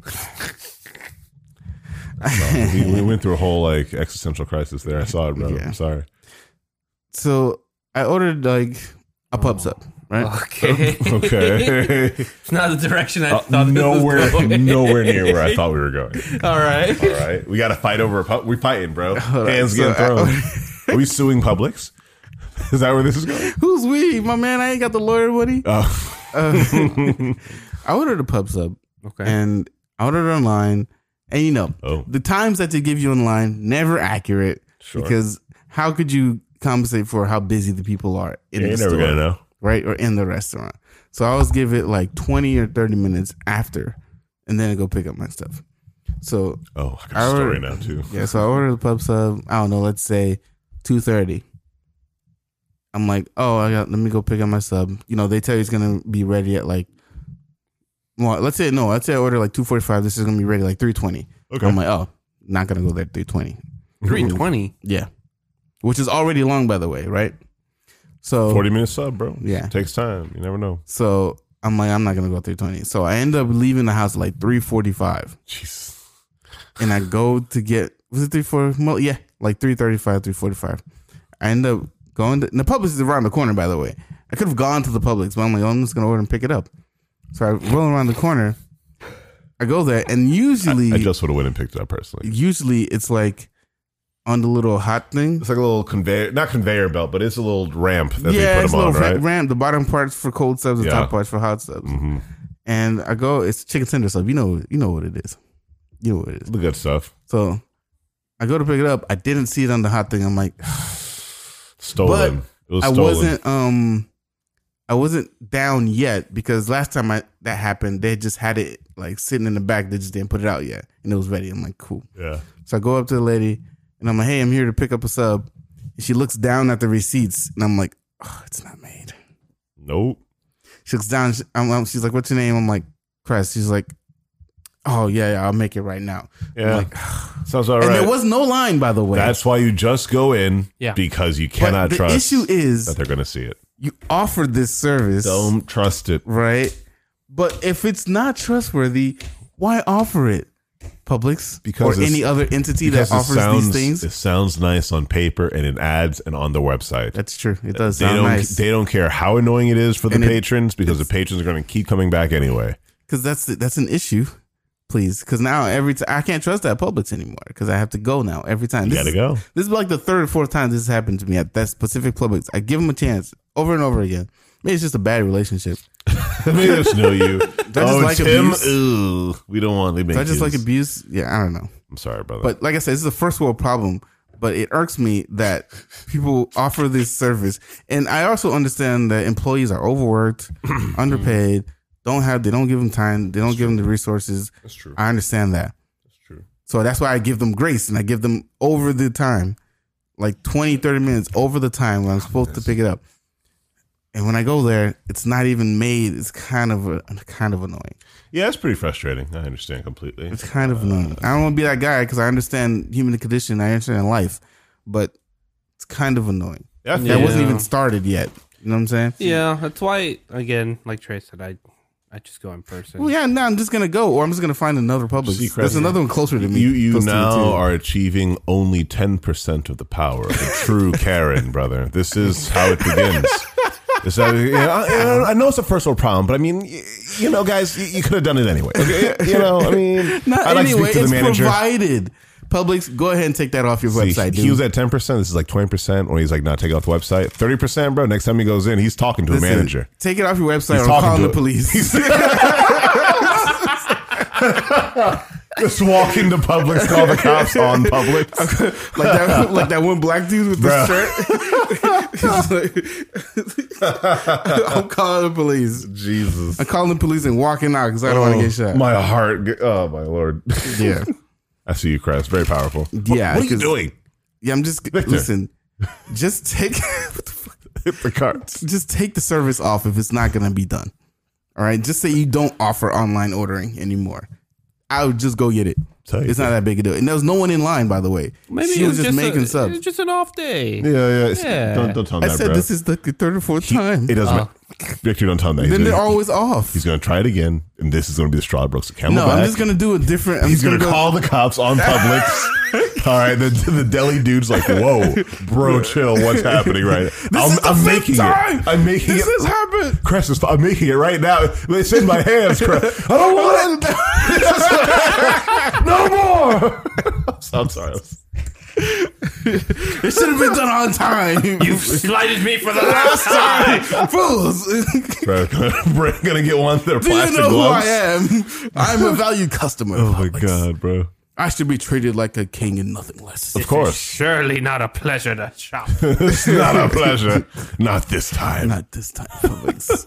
S3: No, we, we went through a whole like existential crisis there. I saw it, bro.
S1: Yeah.
S3: I'm sorry.
S1: so I ordered like a pub
S3: Oh.
S1: sub, right?
S3: (laughs)
S2: Okay.
S1: (laughs)
S3: Okay.
S2: (laughs) it's not the direction I
S3: Uh,
S2: thought. this
S3: nowhere,
S2: was going.
S3: nowhere near where I thought we were going.
S2: All
S1: (laughs)
S2: right.
S3: All right, we got to fight over a pub. We fighting, (laughs) bro.
S1: Hold on.
S3: Hands
S1: So
S3: getting
S1: I-
S3: thrown. Are we suing Publix? (laughs) Is that where this is going?
S1: Who's we? My man, (laughs) I ain't got the lawyer, buddy.
S3: Oh.
S1: Uh, I ordered a pub sub,
S2: Okay.
S1: and I ordered it online. And you know,
S3: Oh,
S1: the times that they give you online never accurate
S3: sure.
S1: because how could you compensate for how busy the people are in
S3: you
S1: the
S3: ain't never
S1: store,
S3: gonna know.
S1: right, or in the restaurant? So I always give it like twenty or thirty minutes after, and then I go pick up my stuff. So
S3: Oh, I got
S1: I
S3: a story
S1: ordered-
S3: now too.
S1: yeah, so I ordered the pub sub. I don't know. Let's say two thirty. I'm like, oh, I got. Let me go pick up my sub. You know, they tell you it's gonna be ready at like. Well, let's say no. Let's say I order like two forty five. This is gonna be ready like three twenty.
S3: Okay.
S1: I'm like, oh, not gonna go there three twenty.
S2: 320.
S1: Yeah, which is already long, by the way, right? So
S3: Forty minutes sub, bro.
S1: Yeah.
S3: takes time. You never know.
S1: so I'm like, I'm not gonna go three twenty. So I end up leaving the house at like three forty five.
S3: Jeez.
S1: and I go to get was it three four? Well, yeah, like three thirty five, three forty five. I end up going to and the Publix is around the corner. By the way, I could have gone to the Publix, but I'm like, oh, I'm just gonna order and pick it up. So I roll around the corner. I go there, and usually,
S3: I just would have went and picked it up personally.
S1: usually it's like on the little hot thing.
S3: It's like a little conveyor, not conveyor belt, but it's a little ramp that
S1: yeah,
S3: they put
S1: it's a
S3: them
S1: little
S3: on,
S1: ra-
S3: right?
S1: ramp. The bottom part's for cold subs, the
S3: Yeah.
S1: top part's for hot subs.
S3: mm-hmm.
S1: And I go, it's chicken tender sub. You know, you know what it is. You know what it is.
S3: The good stuff.
S1: So I go to pick it up. I didn't see it on the hot thing. I'm like,
S3: Stolen. it was
S1: I
S3: stolen.
S1: wasn't um I wasn't down yet because last time I that happened, they just had it like sitting in the back. They just didn't put it out yet, and it was ready. I'm like, cool.
S3: Yeah.
S1: So I go up to the lady, and I'm like, hey, I'm here to pick up a sub. And she looks down at the receipts, and I'm like, oh, it's not made.
S3: Nope.
S1: She looks down. She, I'm, I'm- she's like, what's your name? I'm like, Crest. She's like, oh yeah, yeah I'll make it right now. I'm
S3: Yeah. (sighs)
S1: like,
S3: Sounds all
S1: and
S3: right.
S1: there was no line, by the way.
S3: That's why you just go in
S2: Yeah.
S3: because you
S1: But
S3: cannot
S1: the
S3: trust
S1: issue
S3: that
S1: is
S3: they're going to see it.
S1: you offered this service.
S3: Don't trust it.
S1: right? But if it's not trustworthy, why offer it? Publix
S3: Because
S1: or
S3: it's-
S1: any other entity that
S3: Because it
S1: offers
S3: sounds-
S1: these
S3: It
S1: things.
S3: sounds nice on paper and in ads and on the website.
S1: That's true. It does
S3: they
S1: sound
S3: don't.
S1: nice
S3: They don't care how annoying it is for the
S1: And it-
S3: patrons because the patrons are going to keep coming
S1: (laughs)
S3: back anyway.
S1: because that's that's an issue. Please, because now every time I can't trust that Publix anymore because I have to go now every time.
S3: You
S1: This
S3: got to
S1: is-
S3: go.
S1: This is like the third or fourth time this has happened to me at that specific Publix. I give them a chance over and over again. Maybe it's just a bad relationship.
S3: Maybe they just know you. oh,
S1: like
S3: it's him.
S1: abuse?
S3: Ooh, we don't want to make.
S1: Do I just like
S3: his-
S1: abuse? Yeah, I don't know.
S3: I'm sorry, brother.
S1: But like I said, this is a first world problem. But it irks me that people offer this service, and I also understand that employees are
S3: (clears throat)
S1: overworked, underpaid, don't have they don't give them time, they don't give them the resources.
S3: that's true.
S1: I understand that,
S3: That's true.
S1: so that's why I give them grace and I give them over the time, like 20, 30 minutes over the time when I'm supposed to pick it up. And when I go there, it's not even made. It's kind of a, kind of annoying.
S3: Yeah, it's pretty frustrating. I understand completely.
S1: It's kind of annoying. I don't want to be that guy because I understand human condition. I understand life, but it's kind of annoying.
S3: Yeah, I
S1: That
S3: feel
S2: Yeah.
S3: you.
S1: wasn't even started yet. You know what I'm saying?
S2: Yeah, that's why, again, like Trey said, I, I just go in person.
S1: Well, yeah. Now I'm just gonna go, or I'm just gonna find another public.
S3: See, Chris,
S1: There's another one closer to me.
S3: You you
S1: Close to me,
S3: now
S1: too.
S3: are achieving only ten percent of the power of a
S1: (laughs)
S3: true Karen, brother. This is how it begins. This is how- yeah, I, I know it's a first world problem, but I mean, y- you know, guys, you, you could have done it anyway. Okay?
S1: (laughs)
S3: You know, I mean,
S1: Not
S3: I'd like
S1: anyway,
S3: to speak to
S1: it's
S3: the manager.
S1: provided. Publix, go ahead and take that off your
S3: See,
S1: website, dude.
S3: he was at ten percent. This is like twenty percent, or he's like, "No, take it off the website." Thirty percent, bro. Next time he goes in, he's talking to a
S1: Listen, (laughs)
S3: manager.
S1: Take it off your website,
S3: He's
S1: or I'm
S3: talking
S1: calling
S3: to
S1: the
S3: it. (laughs)
S1: police.
S3: Just walk into Publix, call the cops
S1: (laughs)
S3: on Publix.
S1: (laughs) like that, like that one black dude with the
S3: Bruh.
S1: (laughs) shirt. He's like- (laughs) I'm calling the police.
S3: Jesus,
S1: I'm calling the police and walking out because I don't want to get shot.
S3: Oh. My heart. ge- Oh my lord. (laughs)
S1: yeah,
S3: I see you, Chris. Very powerful.
S1: yeah.
S3: What are you
S1: 'cause-
S3: doing?
S1: Yeah, I'm just
S3: Victor.
S1: listen. Just take, (laughs) what the fuck?
S3: Hit the carts.
S1: just take the service off if it's not gonna be done. All right, just say you don't offer online ordering anymore. I would just go get it.
S3: Tell you
S1: It's not that big a deal. And there was no one in line, by the way.
S2: Maybe
S1: she
S2: it
S1: was just, making
S2: a,
S1: subs.
S2: It's just an off day.
S3: Yeah, yeah. it's-
S2: Yeah.
S3: Don't, don't tell him
S1: I
S3: that,
S1: said
S3: bro.
S1: this is like the third or fourth time.
S3: it doesn't. Victor, don't tell him that. He's
S1: then they're
S3: gonna,
S1: always off.
S3: he's gonna try it again, and this is gonna be the straw that breaks the camel
S1: No,
S3: back.
S1: I'm just gonna do a different. I'm
S3: he's
S1: just
S3: gonna,
S1: gonna, go,
S3: call the cops
S1: (laughs)
S3: on Publix. All right, the, the deli dude's like, "Whoa, bro, chill. What's happening right?" now? I'm,
S1: is the
S3: I'm
S1: fifth
S3: making
S1: time!
S3: it. I'm making
S1: This
S3: it.
S1: has happened.
S3: Crest is. I'm making it right now. It's in my hands,
S1: (laughs)
S3: Crest. I don't want (laughs)
S1: (laughs)
S3: it. no more. I'm sorry.
S1: It should have (laughs) been done on time.
S3: (laughs)
S2: You've slighted me for the last time.
S1: (laughs) Fools. Do
S3: Bro, (laughs) we're gonna get one of their
S1: you
S3: plastic
S1: know who I
S3: gloves.
S1: am? I'm a valued customer.
S3: Oh my
S1: Publix.
S3: god, bro!
S1: I should be treated like a king and nothing less.
S2: (laughs)
S3: Of course,
S2: Surely not a pleasure to
S3: (laughs)
S2: shop.
S3: it's
S1: (laughs)
S3: not a pleasure. Not this time.
S1: Not this time, Publix.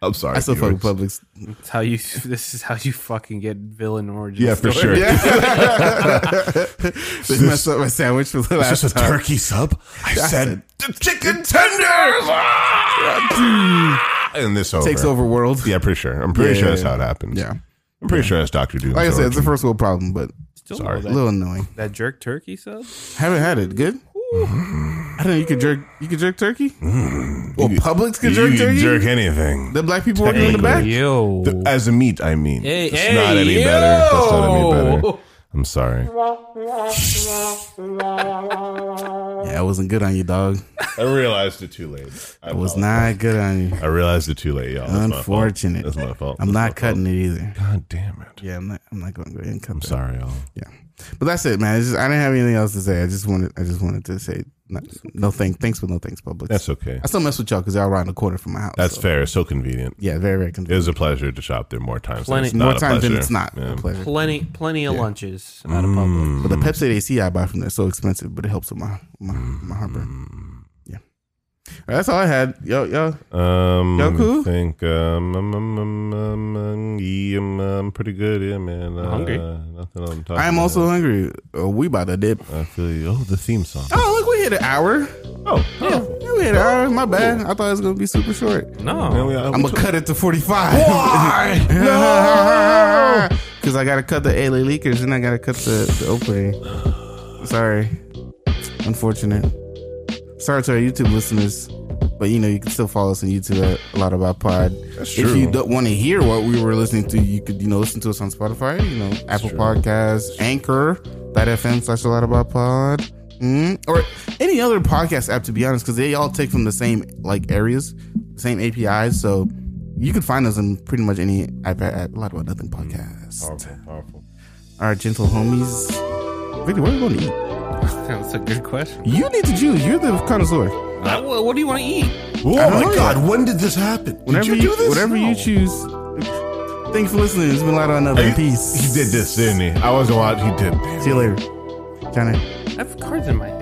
S3: I'm sorry.
S1: I still fuck with
S3: viewers.
S1: Publix.
S2: That's how you. (laughs) This is how you fucking get villain origins.
S3: Yeah, for
S2: story.
S3: sure. (laughs)
S1: They messed up my sandwich for the
S3: Is
S1: last
S3: this a
S1: time.
S3: turkey sub? I said
S1: said-
S3: "The chicken tenders. Ah! and this over.
S1: Takes over world.
S3: Yeah, pretty sure. I'm
S1: Yeah,
S3: pretty sure
S1: yeah,
S3: that's
S1: yeah.
S3: how it happens.
S1: Yeah.
S3: I'm pretty sure that's Doctor Doom.
S1: Like I said, it's a first world problem, but
S2: Still
S3: Sorry.
S1: a
S2: That,
S1: little annoying.
S2: that jerk turkey sub.
S1: Haven't had it. Good. I don't know. You could jerk. You could jerk turkey. Well, Publix could
S3: Mm. you
S1: jerk
S3: can
S1: turkey.
S3: jerk anything.
S1: The black people working in the back.
S2: Yo.
S3: The- as a meat, I mean.
S2: Hey,
S3: it's
S2: hey,
S3: not any
S2: yo!
S3: better. That's not any better. I'm sorry.
S1: Yeah, I wasn't good on you, dog.
S3: I realized it too late.
S1: I was not good on you.
S3: I realized it too late, y'all. That's my fault.
S1: Unfortunate.
S3: That's my fault.
S1: I'm not cutting it either.
S3: (laughs) God damn it.
S1: Yeah, I'm not. I'm not going to go ahead and cut.
S3: I'm
S1: that.
S3: sorry, y'all.
S1: Yeah, but that's it, man. It's just, I didn't have anything else to say. I just wanted. I just wanted to say not, no thank. Thanks, but no thanks, Publix.
S3: That's okay.
S1: I still mess with y'all because y'all around the corner from my house.
S3: That's
S1: so.
S3: fair. It's so convenient.
S1: Yeah, very very
S3: It
S1: convenient.
S3: was a pleasure to shop there more times.
S2: Plenty-
S3: Than it's not
S1: More
S3: a
S1: times than
S3: pleasure.
S1: it's not
S3: Yeah. Mm.
S1: a pleasure.
S2: Plenty, plenty of lunches out of Publix.
S1: But the Pepsi they see I buy from there is so expensive, but it helps with my my,
S3: Mm-hmm.
S1: my heartburn. Yeah, All right, that's all I had. Yo yo,
S3: Um,
S1: Y'all cool?
S3: I think um, um, um, um, um, um, yeah, um, I'm pretty good, yeah, man. Uh,
S2: hungry.
S3: Nothing on top.
S1: I am also hungry. Uh, we about to dip.
S3: I feel you. Oh, the theme song.
S1: Oh look, we hit an hour.
S3: Oh,
S1: Yeah, we hit an hour. My bad. I thought it was gonna be super short.
S3: Man,
S2: No,
S3: we- uh,
S1: I'm
S3: we
S1: gonna cut it to 45. (laughs)
S3: Why?
S1: Because I gotta cut the LA Leakers and I gotta cut the, the Oakley. Sorry. Unfortunate. Sorry to our YouTube listeners. But you know, you can still follow us on YouTube at a lot about pod.
S3: That's
S1: If
S3: true.
S1: you don't want to hear what we were listening to, you could, you know, listen to us on Spotify, you know, Apple Podcasts, Anchor, that FM slash a lot about pod. Mm, or any other podcast app to be honest, because they all take from the same like areas, same APIs. So you can find us on pretty much any iPad app. A lot about nothing podcast.
S3: Powerful, powerful.
S1: Our gentle homies. Victor, what are we going to eat?
S2: that's a good question.
S1: You need to choose. You're the connoisseur.
S2: Uh, wha- what do you want to eat?
S3: Oh
S1: know
S3: my
S1: yet.
S3: God! When did this happen?
S1: Whatever
S3: did you do this?
S1: Whatever you choose. Thanks for listening. It's been a lot on another
S3: He-
S1: piece.
S3: He did this, didn't he? I wasn't watching. He did.
S1: See you later, Johnny.
S2: I have cards in my hand.